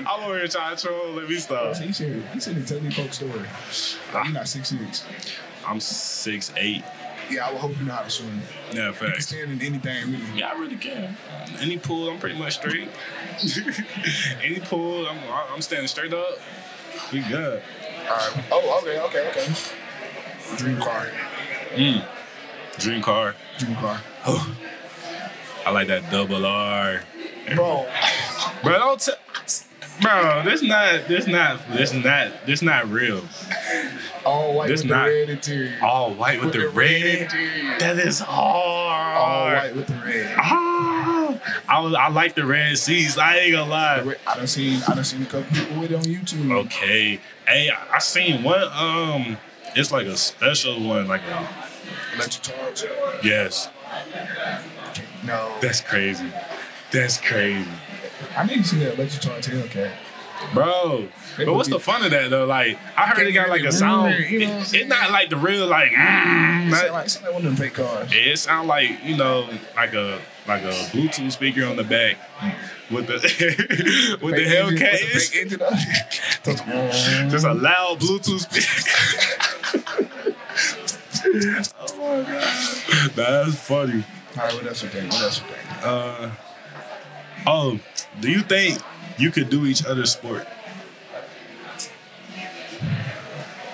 S1: I'm over here trying to troll. Let me stop.
S2: So you
S1: Ah.
S2: said, you said the Tell Me Folk story. Like, you're not 6'6.
S1: I'm six eight.
S2: yeah, I would hope you know how to swim.
S1: Yeah,
S2: You can
S1: facts.
S2: stand in anything, really.
S1: Yeah, I really can. Any pool, I'm pretty much straight. Any pool, I'm I'm standing straight up. We good.
S2: All right. Oh, okay, okay, okay. Dream car.
S1: Dream car. Oh.
S2: Dream car.
S1: I like that double R.
S2: Bro,
S1: Bro, don't t- Bro, this not this not this not this not real.
S2: all white
S1: This
S2: with
S1: not-
S2: the red interior.
S1: All white with, the, red.
S2: interior.
S1: That is hard.
S2: all white with the red.
S1: Ah, I was, I like the red seas. I ain't gonna lie.
S2: Wait, I done seen I done seen a couple people with it on YouTube.
S1: Okay. Hey, I, I seen one. Um, it's like a special one. Like, a,
S2: Let you charge.
S1: yes,
S2: No.
S1: that's crazy. That's crazy,
S2: I need to see that let you charge Hellcat.
S1: bro. But what's the fun of that though? Like, I heard it got like a sound. It's not like the real like. mm,
S2: It's
S1: not-
S2: like, it's like one of them fake cars.
S1: It sound like you know, like a like a Bluetooth speaker on the back with the with the
S2: Fake engine- with
S1: Hellcat.
S2: the fake engine on it. Just-
S1: Just a loud Bluetooth speaker. oh my god, that's funny.
S2: All right, what else we think? What else we think?
S1: Uh, oh, do you think you could do each other's sport?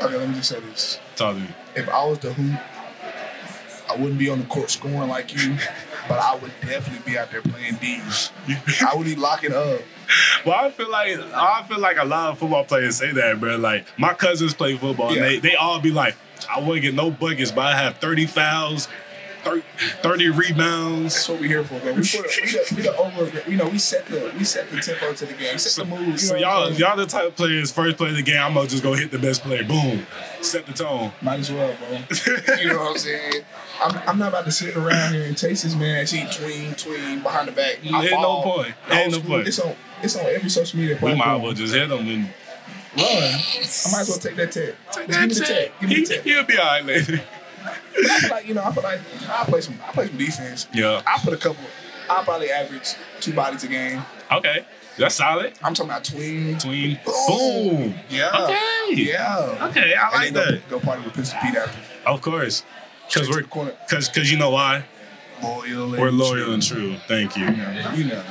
S2: Okay, let me just say this.
S1: Talk to me.
S2: If I was the hoop, I wouldn't be on the court scoring like you, but I would definitely be out there playing D's. I would be locking up.
S1: Well, I feel like I feel like a lot of football players say that, bro. Like my cousins play football,
S2: Yeah.
S1: and they, they all be like, I wouldn't get no buckets, but I have thirty fouls, thir- thirty rebounds.
S2: That's what we're here for, bro. We, put a, we, the, we the over, we know we set the we set the tempo to the game, set the moves. you
S1: So
S2: know what
S1: y'all
S2: I'm saying?
S1: y'all the type of players. First play of the game, I'm gonna just go hit the best player. Boom, set the tone.
S2: Might as well, bro. you know what I'm saying? I'm, I'm not about to sit around here and chase this man. She tween, tween behind the back. I
S1: Ain't no
S2: fall.
S1: point.
S2: I
S1: Ain't
S2: was
S1: no
S2: screwed.
S1: point.
S2: It's on. It's on every social media
S1: We
S2: platform.
S1: might as well just hit them and
S2: Run. I might as well take that tech. Give me the tech. Give me the tech.
S1: He'll be all right later.
S2: I feel like you know. I feel like I play some. I play some defense.
S1: Yeah.
S2: I put a couple. I probably average two bodies a game.
S1: Okay, that's solid.
S2: I'm talking about tween.
S1: Between boom.
S2: Yeah.
S1: Okay.
S2: Yeah.
S1: Okay, I like
S2: and then
S1: that.
S2: Go, go party with Pistol Pete after.
S1: Of course,
S2: Straight
S1: because
S2: to
S1: we're
S2: the corner.
S1: because because you know why.
S2: Loyal. and
S1: We're loyal
S2: true.
S1: and true. Thank you.
S2: You know.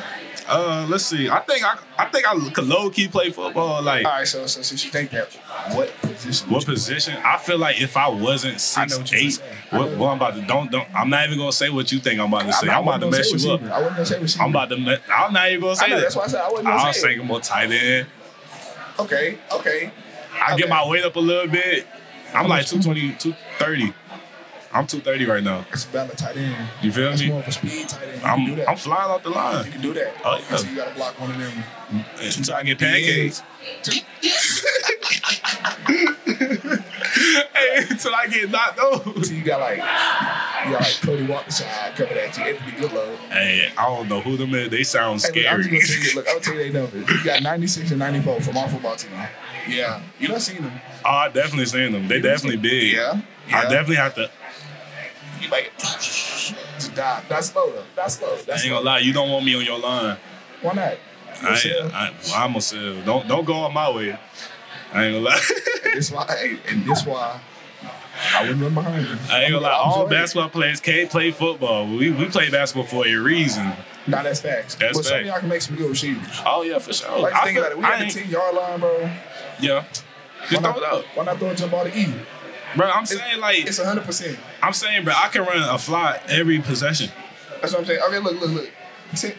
S1: Uh, let's see. I think I, I think I could low key play football. Like
S2: All right. So, so since you think that, what position?
S1: what position? I feel like if I wasn't
S2: I
S1: six
S2: know what you're
S1: eight,
S2: saying. I
S1: what,
S2: know.
S1: what I'm about to don't don't. I'm not even gonna say what you think I'm about to say. I'm, about to mess you up.
S2: I wasn't gonna say receiver.
S1: I'm about to. Me- I'm not even gonna say
S2: I know,
S1: that.
S2: that's why I said I wasn't gonna
S1: I'll
S2: say
S1: say
S2: it.
S1: more tight end.
S2: Okay, okay.
S1: I
S2: Okay.
S1: get my weight up a little bit. I'm like 220, 230. I'm 230 right now.
S2: It's about a tight end.
S1: You feel
S2: It's more
S1: me?
S2: of a speed tight end. You
S1: I'm
S2: can do that.
S1: I'm flying off the
S2: you
S1: line.
S2: can do that.
S1: Oh, yeah.
S2: So you gotta block one of them.
S1: Until I get pancakes. Hey, until I get knocked over.
S2: So you got like, you got like Cody Walker side coming at you. Anthony Goodlow.
S1: Hey, I don't know who them is. They sound
S2: Hey, look, I'm
S1: scary.
S2: just gonna tell you. Look, I'll tell you they numbers. You got 96 and 94 from our football team. Yeah, you done seen them.
S1: oh, I definitely seen them. They definitely big.
S2: Yeah.
S1: I
S2: yeah.
S1: definitely have to.
S2: You might just die. That's slow though. That's slow.
S1: I
S2: That's
S1: ain't
S2: slow.
S1: gonna lie. You don't want me on your line.
S2: Why not?
S1: I, uh, I, I'm gonna sell. Don't don't go on my way. I ain't gonna lie.
S2: This why, hey, and this why I wouldn't run behind you.
S1: I ain't gonna lie. All
S2: Observe.
S1: basketball players can't play football. We we play basketball for a reason.
S2: Nah, that's facts.
S1: That's
S2: but some of
S1: facts.
S2: y'all can make some good receivers.
S1: Oh yeah, for sure.
S2: Like,
S1: I
S2: think
S1: feel-
S2: about it. We
S1: I
S2: got the
S1: ain't-
S2: 10 yard line, bro.
S1: Yeah. Just
S2: why
S1: throw it
S2: not,
S1: up,
S2: Why not throw a jump ball to E?
S1: bro. I'm saying like
S2: It's 100%.
S1: I'm saying, bro. I can run a fly every possession.
S2: That's what I'm saying. Okay, look, look, look. 10,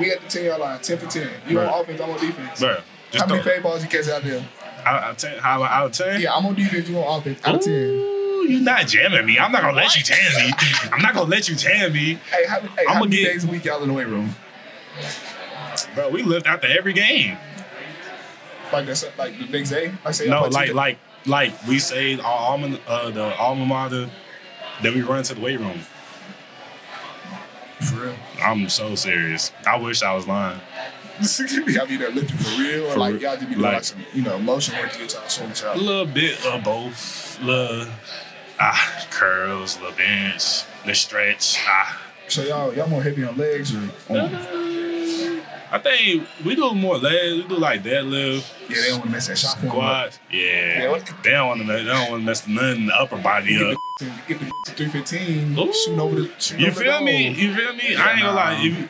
S2: we at the 10 yard line, 10 for 10. You
S1: Right.
S2: on offense, I'm on defense.
S1: Bro, just
S2: How many
S1: throw it.
S2: fade balls you catch out there?
S1: Out of 10? How about out of 10?
S2: Yeah, I'm on defense, you on offense. Out of 10.
S1: Ooh, you not jamming me. I'm not gonna let you jam me. I'm not gonna let you jam me.
S2: Hey, how, hey,
S1: I'ma
S2: how many
S1: get-
S2: days a week y'all in the weight room?
S1: Bro, we lived after every game.
S2: Like that's like the next day? I say
S1: No,
S2: y'all play
S1: like
S2: Tuesday.
S1: like like we say our alma uh, the alma mater, then we run to the weight room.
S2: for real.
S1: I'm so serious. I wish I was lying.
S2: Y'all be there lifting for real, or
S1: For
S2: like
S1: real.
S2: y'all just be doing like,
S1: Like-
S2: some, you know, motion work to get y'all swing
S1: A
S2: y'all.
S1: little bit of both. Little ah curls, little bench, the stretch. Ah,
S2: Uh, So y'all, y'all more heavy on legs or on,
S1: I think we do more legs. We do like deadlift,
S2: Yeah, they don't want to mess that shot form up.
S1: squats. Yeah,
S2: what-
S1: they don't want to. They don't want to mess nothing the upper body up.
S2: To Get the to 315,
S1: Ooh.
S2: shooting over the shooting
S1: You
S2: over the
S1: feel
S2: goal.
S1: me? You feel me? I ain't gonna lie.
S2: nah.
S1: If you-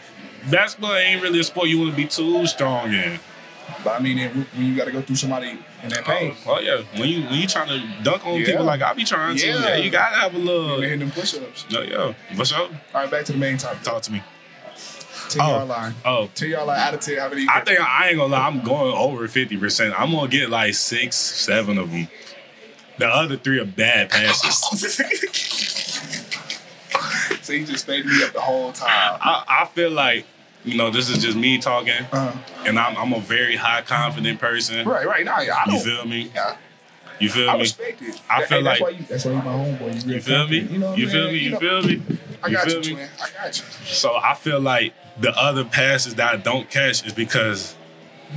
S1: basketball ain't really a sport you want to be too strong in.
S2: But I mean, it, when you got to go through somebody in that pain,
S1: Oh, oh, yeah, when you when you trying to dunk on
S2: Yeah.
S1: people like I be trying to,
S2: Yeah.
S1: yeah, you gotta have a little.
S2: they hit them push ups.
S1: No, yeah, what's up?
S2: All right, back to the main topic.
S1: Talk to me.
S2: 10 yard line.
S1: Oh,
S2: 10 yard line out of 10. How many? you
S1: I
S2: got?
S1: think I ain't gonna lie. I'm going over fifty percent. I'm gonna get like six, seven of them. The other three are bad passes.
S2: so you just faded me up the whole time.
S1: I, I feel like you know this is just me talking,
S2: Uh,
S1: and I'm, I'm a very high confident person.
S2: right, right. Nah, yeah, I
S1: You
S2: don't.
S1: feel me?
S2: yeah,
S1: You feel
S2: I
S1: me?
S2: respect it.
S1: I
S2: That-
S1: feel
S2: hey,
S1: like-
S2: that's why you, that's why you my homeboy. You,
S1: You
S2: real
S1: feel me?
S2: confident. You know what
S1: You
S2: I'm
S1: feel
S2: saying?
S1: me? You
S2: know-
S1: feel me?
S2: I
S1: You
S2: got
S1: feel me?
S2: you, twin. I got you.
S1: So I feel like the other passes that I don't catch is because,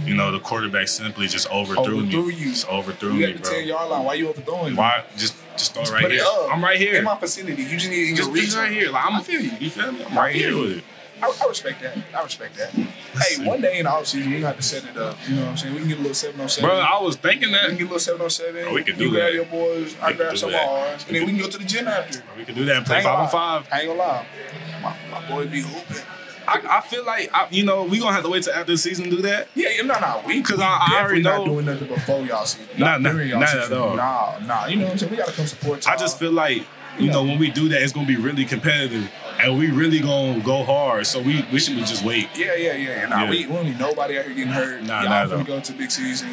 S1: you know, the quarterback simply just overthrew,
S2: Overthrew
S1: me.
S2: you.
S1: Just overthrew
S2: You
S1: me,
S2: at the 10
S1: bro.
S2: yard line. Why you overthrowing? me?
S1: Why? Just, just throw it right
S2: Put it
S1: here.
S2: up.
S1: I'm right here.
S2: uh, In my vicinity. You just need to get
S1: Just,
S2: reach.
S1: just right here. Like, I'm,
S2: I feel you.
S1: You feel me? I'm right
S2: feel
S1: here
S2: you.
S1: with it.
S2: I, I respect that. I respect that. Hey, one day in the offseason, we got to set it up. You know what I'm saying? We can get a little 707.
S1: Bro, I was thinking
S2: we can
S1: that.
S2: get a little 707.
S1: Oh, we can
S2: you
S1: do
S2: grab
S1: that.
S2: your boys.
S1: We
S2: I
S1: can
S2: grab
S1: do
S2: some of
S1: that.
S2: ours. And then we can go to the gym after.
S1: We could do that and play
S2: I ain't gonna
S1: five on
S2: lie.
S1: five.
S2: I ain't gonna lie. My, my boy be hooping.
S1: I, I feel like, I, you know, we going to have to wait till after the season to do that.
S2: Yeah, yeah, no, no. We
S1: 'Cause I- I already
S2: definitely not
S1: know-
S2: doing nothing before y'all season.
S1: Nah, nah,
S2: during y'all
S1: nah,
S2: season.
S1: at all.
S2: Nah, nah. You know what I'm saying? We gotta come support y'all.
S1: I just feel like you know when we do that, it's gonna be really competitive, and we really gonna go hard. So we we should just wait.
S2: Yeah, yeah, yeah. yeah. Nah,
S1: Yeah.
S2: We, we don't need nobody out here getting hurt.
S1: Nah,
S2: Y'all
S1: nah,
S2: finna
S1: no.
S2: go to big season.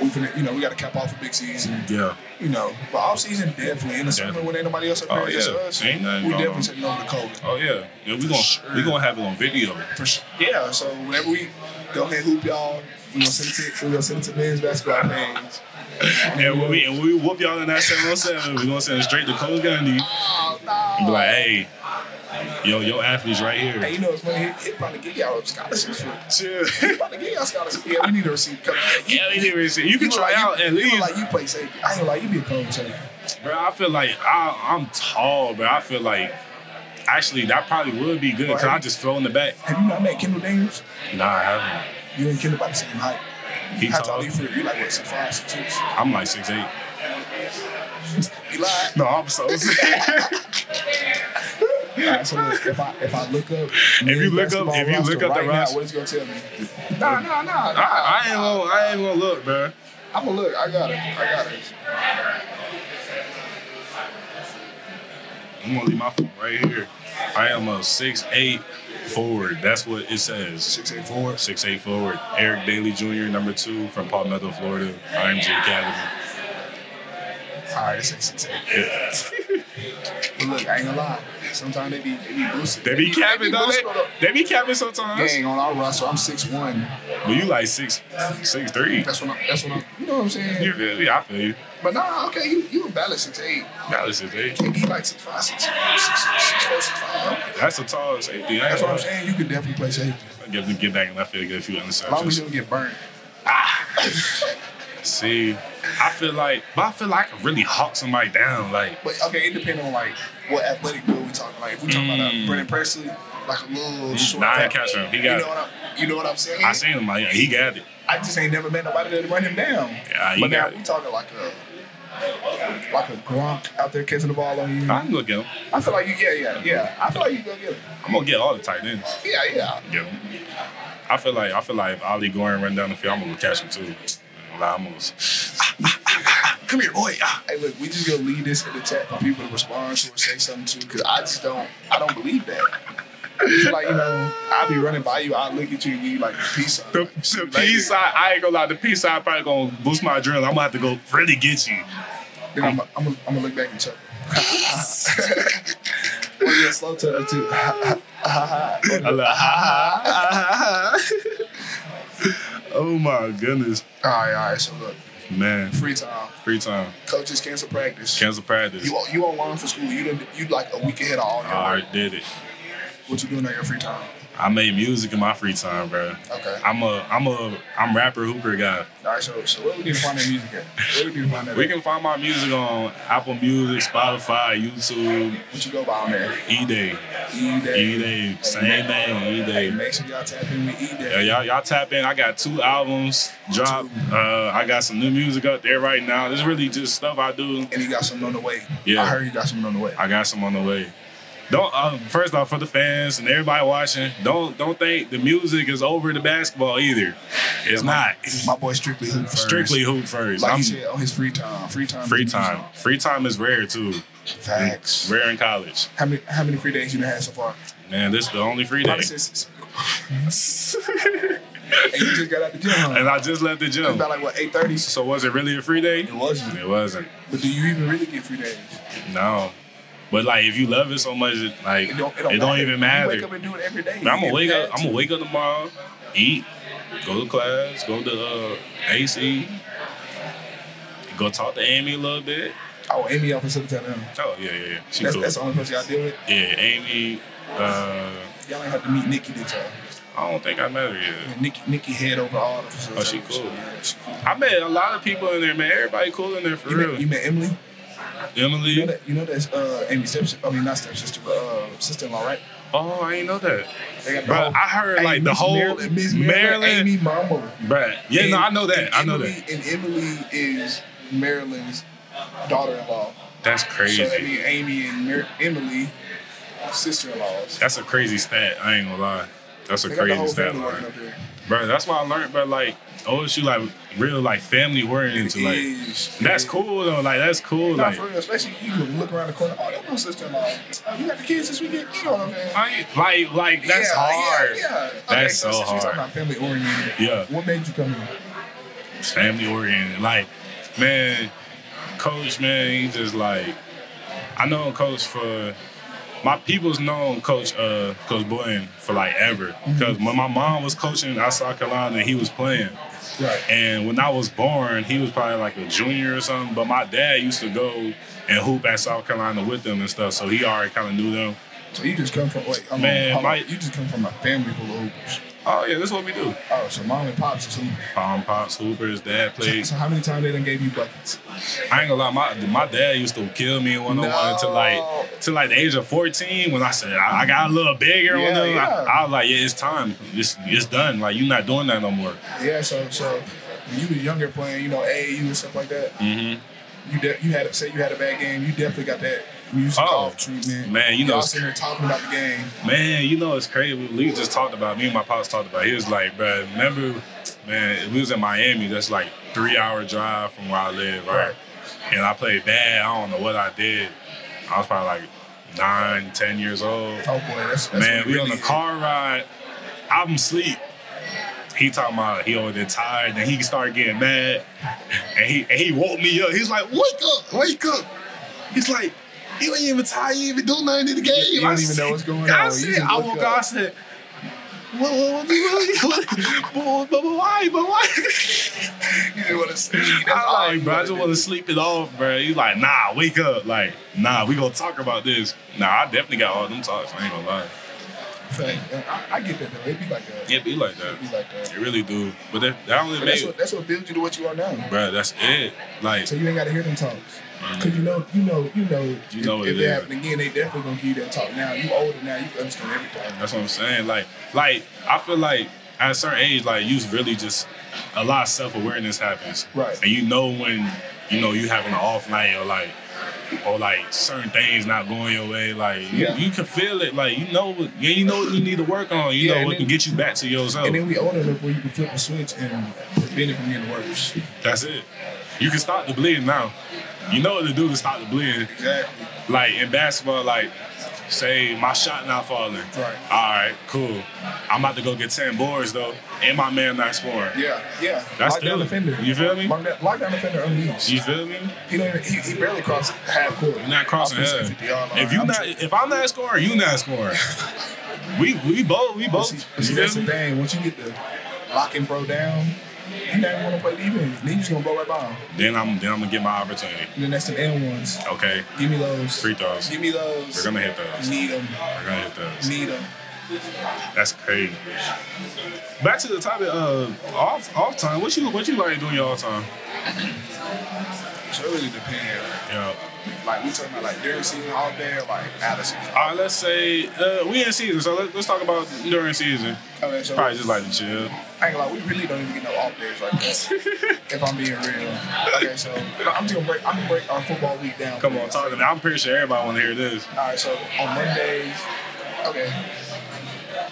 S2: We finna, you know, we got to cap off a big season.
S1: Yeah,
S2: You know, but off season definitely in the summer
S1: Definitely.
S2: when ain't nobody else up
S1: Oh,
S2: there, just
S1: yeah.
S2: us.
S1: Ain't nothing
S2: we
S1: going
S2: definitely
S1: on.
S2: taking over the COVID.
S1: oh yeah, yeah we gonna
S2: Sure.
S1: we gonna have it on video.
S2: For sure. Yeah. So whenever we go ahead hoop y'all, we gonna send it to we gonna send it to men's basketball page.
S1: And when we and when we whoop y'all in that 707, we gonna send it straight to Coach Gundy.
S2: Oh no.
S1: Be like, hey, yo, yo, athletes right
S2: Hey,
S1: here.
S2: you know it's funny. He, he probably give y'all scholarships. For,
S1: Chill.
S2: he probably give y'all scholarships. Yeah, we need to receive.
S1: Yeah, we didn't really see- you can try out
S2: you,
S1: at
S2: you look
S1: least,
S2: Like you play safety. I ain't gonna lie, you be a cold safety.
S1: bro. I feel like I, I'm tall, bro. I feel like actually that probably would be good because I just fell in the back.
S2: Have you not met Kendall Daniels?
S1: Nah, I haven't.
S2: You and Kendall about the same height.
S1: He
S2: How
S1: tall.
S2: tall you feel? You like what, six five, six six?
S1: I'm like six eight.
S2: You lie.
S1: No, I'm so
S2: Alright, so look, if I if I look up, men's
S1: you look up-
S2: basketball
S1: if you look up
S2: roster
S1: the
S2: right now,
S1: roster-
S2: what it's gonna tell me? Nah, nah, nah. nah.
S1: I, I ain't gonna, I ain't gonna look, bro.
S2: I'm gonna look. I got it. I got it.
S1: I'm gonna leave my phone right here. I am a six eight forward. That's what it says.
S2: Six eight four.
S1: Six eight forward. Eric Daly Jr. Number two from Palmetto, Florida, IMG Academy.
S2: All right, it's six six eight.
S1: Yeah.
S2: But look, I ainain't gonna lie. Sometimes they be they be boosted.
S1: They be capping, though.
S2: boosted on
S1: They, they be capping
S2: the-
S1: sometimes.
S2: Dang, on our roster, I'm six one.
S1: But you like six six three.
S2: That's when I. That's when I. You know what I'm saying?
S1: You feel me? I feel you.
S2: But nah, okay, you you a valid six eight.
S1: That is eh? six eight.
S2: Can't be like six five, six six six six four, six five.
S1: That's a tall safety. I
S2: That's what I'm saying. You could definitely play safety.
S1: Get, get back in that field, get a few
S2: As long as
S1: interceptions.
S2: you don't get burnt.
S1: See, I feel like, but I feel like I can really hawk somebody down. Like,
S2: But okay, it depends on like what athletic build we talking. Like if we talking about a Brendan Presley, like a little short.
S1: Mm. Nah, I
S2: fat-
S1: catch him. He
S2: you
S1: got
S2: know
S1: it.
S2: what I'm you know what I'm saying?
S1: I seen him. Like he got it.
S2: I just ain't never met nobody that run him down.
S1: Yeah, he
S2: but now
S1: got it.
S2: we talking like a like a Gronk out there catching the ball on you.
S1: I can go get him.
S2: I feel like you yeah, yeah, yeah. I feel like you gonna get him.
S1: I'm gonna get all the tight ends.
S2: Yeah, yeah.
S1: Get him. I feel like I feel like if Ollie Gordon run down the field, I'm gonna catch him too. Like, I'm gonna, ah, ah, ah, ah, ah, come here, boy. Ah.
S2: Hey look, we just gonna leave this in the chat for people to respond to or say something to, cause I just don't I don't believe that. I feel like, you know, I'll be running by you, I'll look at you and give you like a piece of
S1: The, the peace side, I ain't gonna lie. The peace side probably gonna boost my adrenaline. I'm gonna have to go really get you.
S2: Then I'm, I'm, I'm gonna look back and chuckle. well, yeah, slow to it too.
S1: I
S2: Uh-huh.
S1: like, ha, ha, ha, ha, ha. oh my goodness,
S2: all right, all right. So look,
S1: man.
S2: free time.
S1: Free time,
S2: Coaches cancel practice.
S1: cancel practice.
S2: You on- you online for school. You done, you like a week ahead of all your
S1: I
S2: work.
S1: already did it.
S2: What you doing on your free time?
S1: I made music in my free time, bro.
S2: Okay.
S1: I'm a I'm a I'm rapper hooper guy.
S2: All right, so, so where we need to find that music at? Where we need to find that
S1: We
S2: at?
S1: can find my music on Apple Music, Spotify, YouTube,
S2: What you go by on there?
S1: E-Day.
S2: E-Day.
S1: E-Day. Same thing on
S2: Hey,
S1: E-Day.
S2: make sure y'all tap in with E E-Day.
S1: Yeah, y'all, y'all tap in. I got two albums dropped. Uh, I got some new music up there right now. It's really just stuff I do.
S2: And he got something on the way.
S1: Yeah.
S2: I heard he got something on the way.
S1: I got some on the way. Don't uh, first off for the fans and everybody watching. Don't don't think the music is over the basketball either. It's not.
S2: My boy Strictly Hoop first.
S1: Strictly hoop first.
S2: Like
S1: I'm
S2: he said, on his free time. Free time.
S1: free
S2: is the
S1: time. Free time is rare too.
S2: music. Facts.
S1: Rare in college.
S2: How many how many free days you done had so far?
S1: Man, this is the only free day.
S2: Probably since- and you just got out the gym. Huh?
S1: And I just left the
S2: It's
S1: gym.
S2: about like what, 8.30?
S1: So was it really a free day?
S2: It wasn't.
S1: It wasn't.
S2: But do you even really get free days?
S1: No. But like if you love it so much, it, like
S2: It don't, it don't,
S1: even
S2: You
S1: matter.
S2: wake up and do it every day.
S1: But I'm gonna
S2: If
S1: wake
S2: you
S1: up.
S2: had
S1: I'm
S2: to.
S1: gonna wake up tomorrow. Eat. Go to class. Go to uh, AC. Go talk to Amy a little bit.
S2: Oh, Amy off of Town.
S1: Oh yeah, yeah, yeah. She
S2: That's,
S1: cool.
S2: that's the only person y'all deal with.
S1: yeah, Amy. Uh,
S2: Y'all ain't have to meet Nikki, did y'all?
S1: I don't think I met her yet.
S2: And Nikki, Nikki head over all the
S1: Oh, she cool.
S2: Yeah, she cool.
S1: I met a lot of people in there, man. Everybody cool in there for
S2: You
S1: real.
S2: met, you met Emily? You know
S1: Emily.
S2: that you know that's uh Amy's stepsister. I mean not stepsister, but uh sister in law, right?
S1: Oh, I ain't know that.
S2: They got the
S1: Bro,
S2: whole-
S1: I heard
S2: Hey,
S1: like the
S2: Miss
S1: whole
S2: Maryland, Miss Maryland,
S1: Maryland.
S2: Amy Mama.
S1: Bruh. Yeah,
S2: And-
S1: no, I know
S2: and
S1: that. I know
S2: Emily,
S1: that.
S2: And Emily is Maryland's daughter-in-law.
S1: That's
S2: So that
S1: crazy.
S2: means Amy and Mar- Emily, sister-in-laws.
S1: That's a crazy stat. I ain't gonna lie. That's a
S2: They got the
S1: crazy
S2: whole
S1: stat
S2: family
S1: line.
S2: working up there.
S1: Bro, that's why I learned, but like OSU, like real, like family oriented, like
S2: Is-
S1: that's
S2: is-
S1: cool though. Like that's cool.
S2: Nah,
S1: Like
S2: for real, especially you can look around the corner. Oh, that's my sister-in-law. Oh, you got the kids this weekend. You know what I'm saying?
S1: I ain't- like like that's
S2: Yeah,
S1: hard.
S2: Yeah, yeah. Okay,
S1: That's so
S2: since we
S1: hard.
S2: talking about family oriented.
S1: Yeah.
S2: What made you come here?
S1: Family oriented. Like man, coach man, he just like I know coach for my people's known coach uh coach Boylan for like ever
S2: Mm-hmm.
S1: because when my mom was coaching at South Carolina, he was playing.
S2: Right.
S1: And when I was born, he was probably like a junior or something. But my dad used to go and hoop at South Carolina with them and stuff, so he already kind of knew them.
S2: So you just come from wait, hold
S1: Man,
S2: on, hold on.
S1: my-
S2: you just come from a family full of hoopers.
S1: Oh yeah, this is what we do.
S2: Oh, so mom and pops or something.
S1: Pom pops, hoopers, dad plays.
S2: So how many times they done gave you buckets?
S1: I ain't gonna lie, my my dad used to kill me in one on one until like
S2: No.
S1: till like the age of fourteen when I said I, I got a little bigger
S2: Yeah,
S1: on them. I-
S2: yeah.
S1: I, was like, yeah, it's time. It's it's done. Like you're not doing that no more.
S2: Yeah, so so when you was younger playing, you know, AAU and stuff like that. Mm-hmm. You de- you had say you had a bad game, you definitely got that music
S1: Oh,
S2: off treatment.
S1: man, you know-
S2: all sitting there talking about the game.
S1: Man, you know it's crazy. Lee just talked about me and my pops talked about. It. He was like, bro, remember, man, we was in Miami. That's like three hour drive from where I live, right?
S2: Right.
S1: And I played bad. I don't know what I did. I was probably like nine, ten years old.
S2: Oh boy, that's, that's
S1: Man,
S2: what
S1: we
S2: it
S1: on
S2: really
S1: the
S2: is.
S1: car ride. I'm asleep. He talking about he over there tired, then he started getting mad, and he and he woke me up. He's like, "Wake up, wake up!" He's like, "You ain't even tired. You ain't even do nothing in the game."
S2: you
S1: I
S2: don't even know
S1: said-
S2: what's going on.
S1: I
S2: You
S1: said,
S2: just
S1: I
S2: woke
S1: woke
S2: up.
S1: up. I said, "What? What? What? What? what- But, but, but why? But why?"
S2: You just want to see. That's all
S1: I'm
S2: you
S1: like, bro, I
S2: wanna
S1: just
S2: do.
S1: want to sleep it off, bro. He's like, "Nah, wake up. Like, nah, we gonna talk about this. Nah, I definitely got all them talks. I ain't gonna lie.
S2: Fact. I, I get that though. It'd be like that.
S1: It be like that."
S2: It'd be like that.
S1: It really do. But that, that only
S2: But that's
S1: made,
S2: what that's what builds you to what you are now.
S1: bro. That's it. Like,
S2: So you ain't gotta hear them talks. Cause you know, you know, you know,
S1: Mm. You know
S2: if,
S1: what
S2: if
S1: it
S2: it
S1: is.
S2: happened again, they definitely gonna give you that talk now. You older now, you can understand everything.
S1: that's what I'm saying. Like, like I feel like at a certain age, like you really just a lot of self awareness happens,
S2: Right.
S1: And you know when you know you having an off night or like. Or like certain things not going your way, like you,
S2: Yeah.
S1: you can feel it. Like you know, what, yeah, you know what you need to work on. You
S2: Yeah,
S1: know
S2: and
S1: what
S2: then-
S1: can get you back to yourself.
S2: And then we older enough where you can flip a switch and prevent it from getting worse.
S1: That's it. You can stop the bleeding now. You know what to do to stop the bleeding.
S2: Exactly.
S1: like in basketball, like say my shot not falling.
S2: Right.
S1: All right, cool. I'm about to go get ten boards though, and my man not scoring.
S2: Yeah, yeah.
S1: That's
S2: lockdown
S1: still-
S2: defender.
S1: you feel me?
S2: Lockdown, lockdown defender unleashed.
S1: You feel me?
S2: He don't even, he, he barely crossed half court.
S1: You're not crossing
S2: Offensive
S1: heads.
S2: 50-yard line.
S1: If you
S2: I'm
S1: not,
S2: sure-
S1: if I'm not scoring, you not scoring. we we both we
S2: But
S1: both.
S2: see, but see,
S1: You
S2: that's the
S1: feel me?
S2: thing. Once you get the locking bro down, you not even want to play defense. Then you just gonna go right by him.
S1: Then I'm then I'm gonna get my opportunity.
S2: And then that's the end ones.
S1: Okay,
S2: Give me those.
S1: free throws.
S2: Give me those.
S1: We're gonna hit those.
S2: Need them.
S1: We're gonna hit those.
S2: Need them.
S1: That's crazy. Back to the topic of off off time. What you what you like doing your off time?
S2: So it really depends.
S1: Yeah.
S2: Like we talking about like during season, all day, or like out of season.
S1: All right, let's say uh, we in season, so let, let's talk about during season.
S2: Okay, so
S1: Probably just like to chill.
S2: I ain't gonna lie, we really don't even get no off days like that. if I'm being real. Okay, so I'm just gonna break. I'm gonna break our football week down.
S1: Come on, talk. to me. I'm pretty sure everybody want to hear this.
S2: All right, so on Mondays, okay,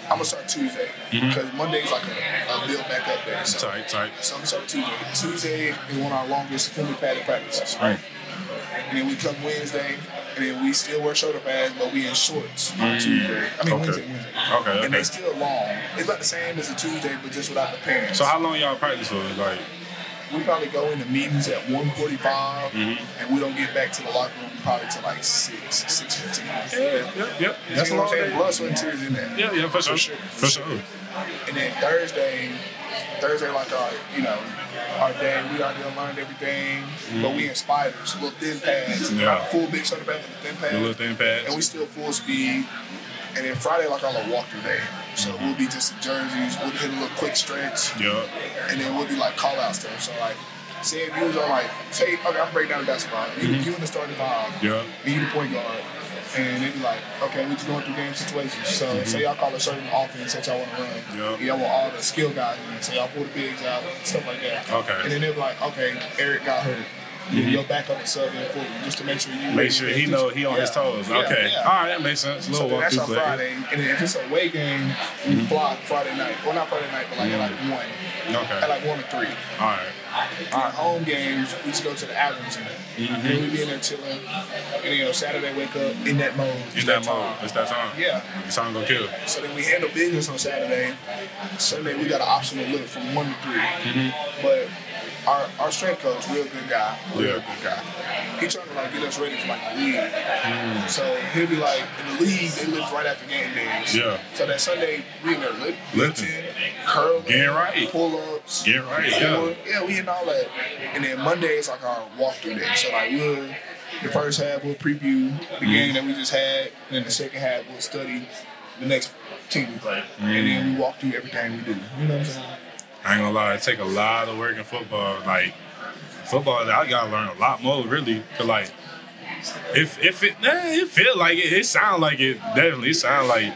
S2: I'm gonna start Tuesday
S1: Mm-hmm.
S2: because Monday's like a, a build back up day. So,
S1: Tight, tight.
S2: so I'm gonna start Tuesday. Tuesday is one of our longest fully padded practices, right? And then we come Wednesday, and then we still wear shoulder pads, but we in shorts on Tuesday. I mean
S1: Mm. Okay.
S2: Wednesday, Wednesday.
S1: Okay,
S2: And they
S1: okay.
S2: still long. It's about the same as a Tuesday, but just without the parents.
S1: So how long y'all practice for? Like,
S2: we probably go into meetings at 1.45
S1: Mm-hmm.
S2: and we don't get back to the locker room probably till like 6 6.15
S1: yeah, yep, yep. That's a long day.
S2: blood sweat and tears in there
S1: Yeah, yeah, for sure,
S2: sure.
S1: for sure.
S2: and then thursday thursday like our you know our day we already done learned everything but we in spiders little thin pads
S1: Mm-hmm. Yeah.
S2: not full big shoulder pads but thin pads
S1: The little thin
S2: and we
S1: pads.
S2: still full speed and then friday like on a walkthrough day so we'll be just in jerseys we'll hit a little quick stretch
S1: Yup.
S2: and then we'll do like call out stuff. So like, say if you was on like, say okay, I'm breaking down the basketball. You, you in the starting five,
S1: Mm-hmm. Yeah.
S2: and you the point guard, and they be like, okay, we just going through game situations. So
S1: Mm-hmm.
S2: say y'all call a certain offense that y'all want to run,
S1: Yeah.
S2: y'all want all the skill guys in, so y'all pull the bigs out, stuff like
S1: Okay.
S2: that.
S1: Mm-hmm.
S2: and then they be like, okay, Eric got hurt. Then Your backup is sub in for you, just to make sure you
S1: Make sure he know he on his
S2: Yeah.
S1: toes.
S2: Yeah,
S1: Okay.
S2: yeah.
S1: All right, that makes sense.
S2: So
S1: Little
S2: then
S1: walk
S2: that's
S1: through
S2: on
S1: play. Mm-hmm.
S2: Friday, and then if it's a away game, we fly Friday night. Well, not Friday night, but like at like one, at
S1: Okay.
S2: like one or three.
S1: All right.
S2: our home games, we just go to the Adams Center.
S1: Mm-hmm.
S2: And then we be in there chilling. And then, you know, Saturday wake up in that mode.
S1: In that mode, it's that time.
S2: Yeah.
S1: The time gonna kill.
S2: So then we handle business on Saturday. Sunday we got an optional lift from one to 3 But our our strength coach, real good guy, real
S1: Mm-hmm. Yeah.
S2: good guy. He trying to like get us ready for like the league.
S1: Mm.
S2: So he'll be like in the league they lift right after game days.
S1: Yeah.
S2: So that Sunday we in there lift,
S1: Lifting.
S2: lifting, curling,
S1: Getting right.
S2: pull ups,
S1: Getting right,
S2: yeah. yeah, we hitting all that. And then Monday is like our walkthrough day. So like we'll the first half we'll preview the game that we just had, and then the second half we'll study the next team we play. And then we walk through everything we do. You know what I'm saying?
S1: I ain't gonna lie, it take a lot of work in football. Like football, I gotta learn a lot more really. Cause like if if it nah, it feel like it, it sound like it definitely it sound like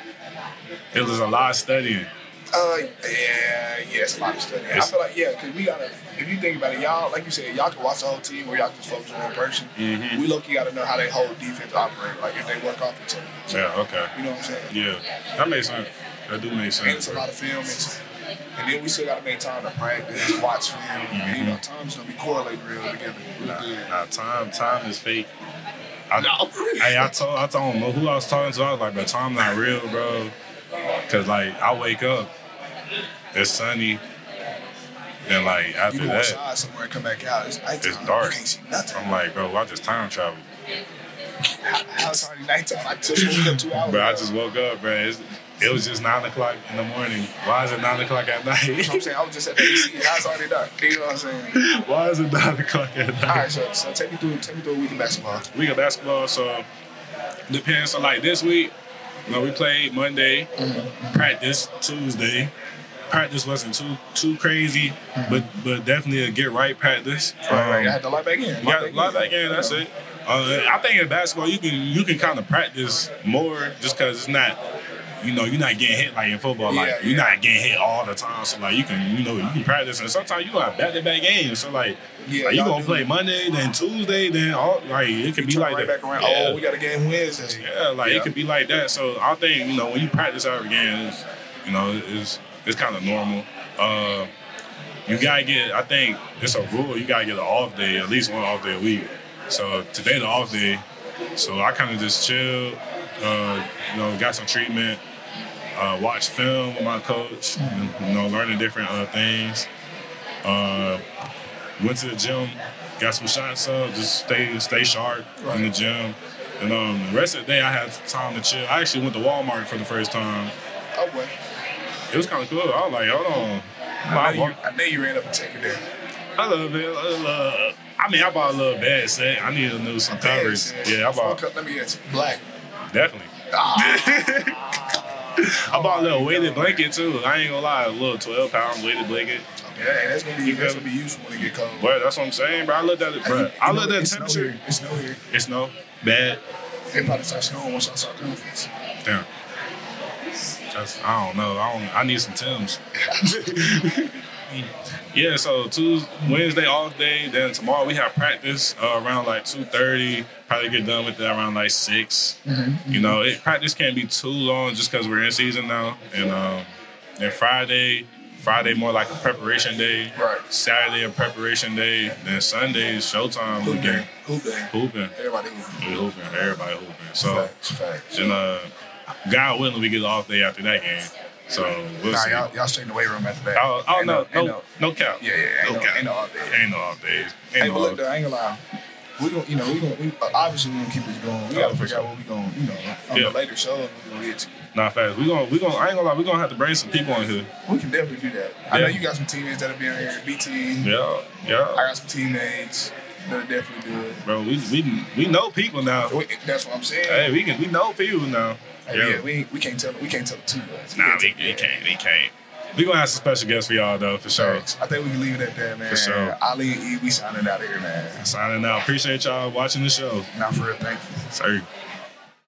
S1: it was a lot of studying.
S2: Uh, yeah, yeah, it's a lot of stuff. I feel like, yeah, because we gotta, if you think about it, y'all, like you said, y'all can watch the whole team or y'all can just focus on one person. We low key gotta know how they whole defense operate, like if they work off each other.
S1: Yeah, okay.
S2: You know what I'm saying?
S1: Yeah. That makes sense. That do make
S2: And it's
S1: sense.
S2: a lot of film. It's, and then we still got to make time to practice, watch film. And, you know, time's going to be correlated real together. Real good.
S1: Nah, time time is fake. I,
S2: No.
S1: Hey, I told I told him who I was talking to. I was like, bro, time not real, bro. Cause like I wake up, it's sunny, and like
S2: You
S1: after
S2: go
S1: that,
S2: outside somewhere and come back out. It's nighttime.
S1: it's dark.
S2: You can't see nothing.
S1: I'm like, bro, I just time travel.
S2: How's already nighttime? I just woke up two hours
S1: Bro, I
S2: ago.
S1: just woke up, bro. It's, it was just nine o'clock in the morning. Why is it nine o'clock at
S2: You know what I'm
S1: night?
S2: saying? I was just at the AC. Now it's already dark. You know what I'm saying?
S1: Why is it nine o'clock at night?
S2: All right, so, so take me through take me through a week of basketball.
S1: week of basketball. So depends. So like this week, you know, we played Monday, practice Tuesday. Practice wasn't too too crazy, but but definitely a get right practice.
S2: Right, right.
S1: Um,
S2: I had to lie back in.
S1: yeah, lot back in. That's it. Uh, I think in basketball, you can you can kind of practice more just because it's not. You know, you're not getting hit like in football. Like
S2: Yeah,
S1: you're
S2: yeah.
S1: not getting hit all the time. So like you can, you know, you can practice, and sometimes you have back-to-back games. So like,
S2: Yeah,
S1: like, you
S2: y'all
S1: gonna
S2: do.
S1: play Monday, then Tuesday, then all like it could be
S2: Turn
S1: like
S2: right
S1: that.
S2: back around.
S1: Yeah.
S2: Oh, we got a game Wednesday.
S1: Yeah, like
S2: Yeah.
S1: it could be like that. So I think you know when you practice out again, it's, you know it's it's kind of normal. Uh, you gotta get. I think it's a rule. You gotta get an off day, at least one off day a week. So today the off day. So I kind of just chill. Uh, you know, got some treatment. Uh, watch film with my coach. You know, learning different uh, things. Uh, went to the gym, got some shots up, just stay stay sharp in the gym. And um, the rest of the day, I had time to chill. I actually went to Walmart for the first time.
S2: Oh, boy.
S1: It was kind of cool. I was like, hold on.
S2: I
S1: I,
S2: know, you, I know you ran up and took it there.
S1: I love it. I love. I mean, I bought a little bad set. I need a new some covers.
S2: Yes, yes.
S1: Yeah, I bought
S2: Fuck up, Let me guess. Black.
S1: definitely.
S2: Ah.
S1: I bought a little weighted blanket too. I ain't gonna lie, a little 12 pound weighted blanket.
S2: Yeah, hey, that's gonna be
S1: You
S2: that's
S1: feel
S2: gonna be useful when it get cold.
S1: Bro, that's what I'm saying, bro. I looked at it,
S2: Hey,
S1: bro.
S2: you
S1: I
S2: know,
S1: looked at
S2: it snow
S1: temperature.
S2: here. It snow here.
S1: It's no bad.
S2: It probably starts snowing once I start conference.
S1: Damn. That's, I don't know. I don't. I need some Tim's. yeah. So Tuesday, Wednesday off day. Then tomorrow we have practice uh, around like two thirty. Probably get done with that around like 6
S2: Mm-hmm.
S1: You know, it, practice can't be too long just because we're in season now. And um, then Friday, Friday more like a preparation day.
S2: Right.
S1: Saturday a preparation day. Then Sunday is showtime. We
S2: Hoop
S1: can
S2: day. Hoop day.
S1: hooping.
S2: Everybody hooping.
S1: We hooping. Everybody hooping. So.
S2: Facts, facts.
S1: And uh, God willing, we get an off day after that game. So we'll
S2: Nah,
S1: see.
S2: y'all, y'all straight in the weight room after that.
S1: oh, oh
S2: Ain't
S1: no, no,
S2: ain't
S1: no, cap.
S2: Yeah, yeah, ain't
S1: no,
S2: no-
S1: cap.
S2: ain't no off days.
S1: Ain't no off days. Ain't
S2: Hey,
S1: no
S2: but
S1: off
S2: look, though, I ain't gonna lie. We gonna, you know, we gonna, we, obviously we gonna keep this going. We
S1: Oh,
S2: gotta
S1: for
S2: figure out
S1: sure.
S2: what we gonna, you know, on
S1: Yeah.
S2: the later shows we gonna get to.
S1: Nah, fast. We gonna, we gonna. I ain't gonna lie. We gonna have to bring some people in here.
S2: We can definitely do that. I know
S1: Yeah.
S2: you got some teammates that'll be on here. BT.
S1: Yeah,
S2: I
S1: yeah,
S2: got some teammates that'll definitely do it.
S1: bro. We we we know people now.
S2: We, that's what I'm saying.
S1: Hey, we can. We know people now.
S2: Hey, yeah. we we can't tell we can't tell too much.
S1: Nah,
S2: can't
S1: we,
S2: tell-
S1: we can't. We can't. We gonna have some special guests for y'all though, for sure.
S2: I think we can leave it at that, man.
S1: For sure.
S2: Ali and E, we signing out of here, man.
S1: Signing out. Appreciate y'all watching the show.
S2: Not for real, thank you.
S1: Sorry.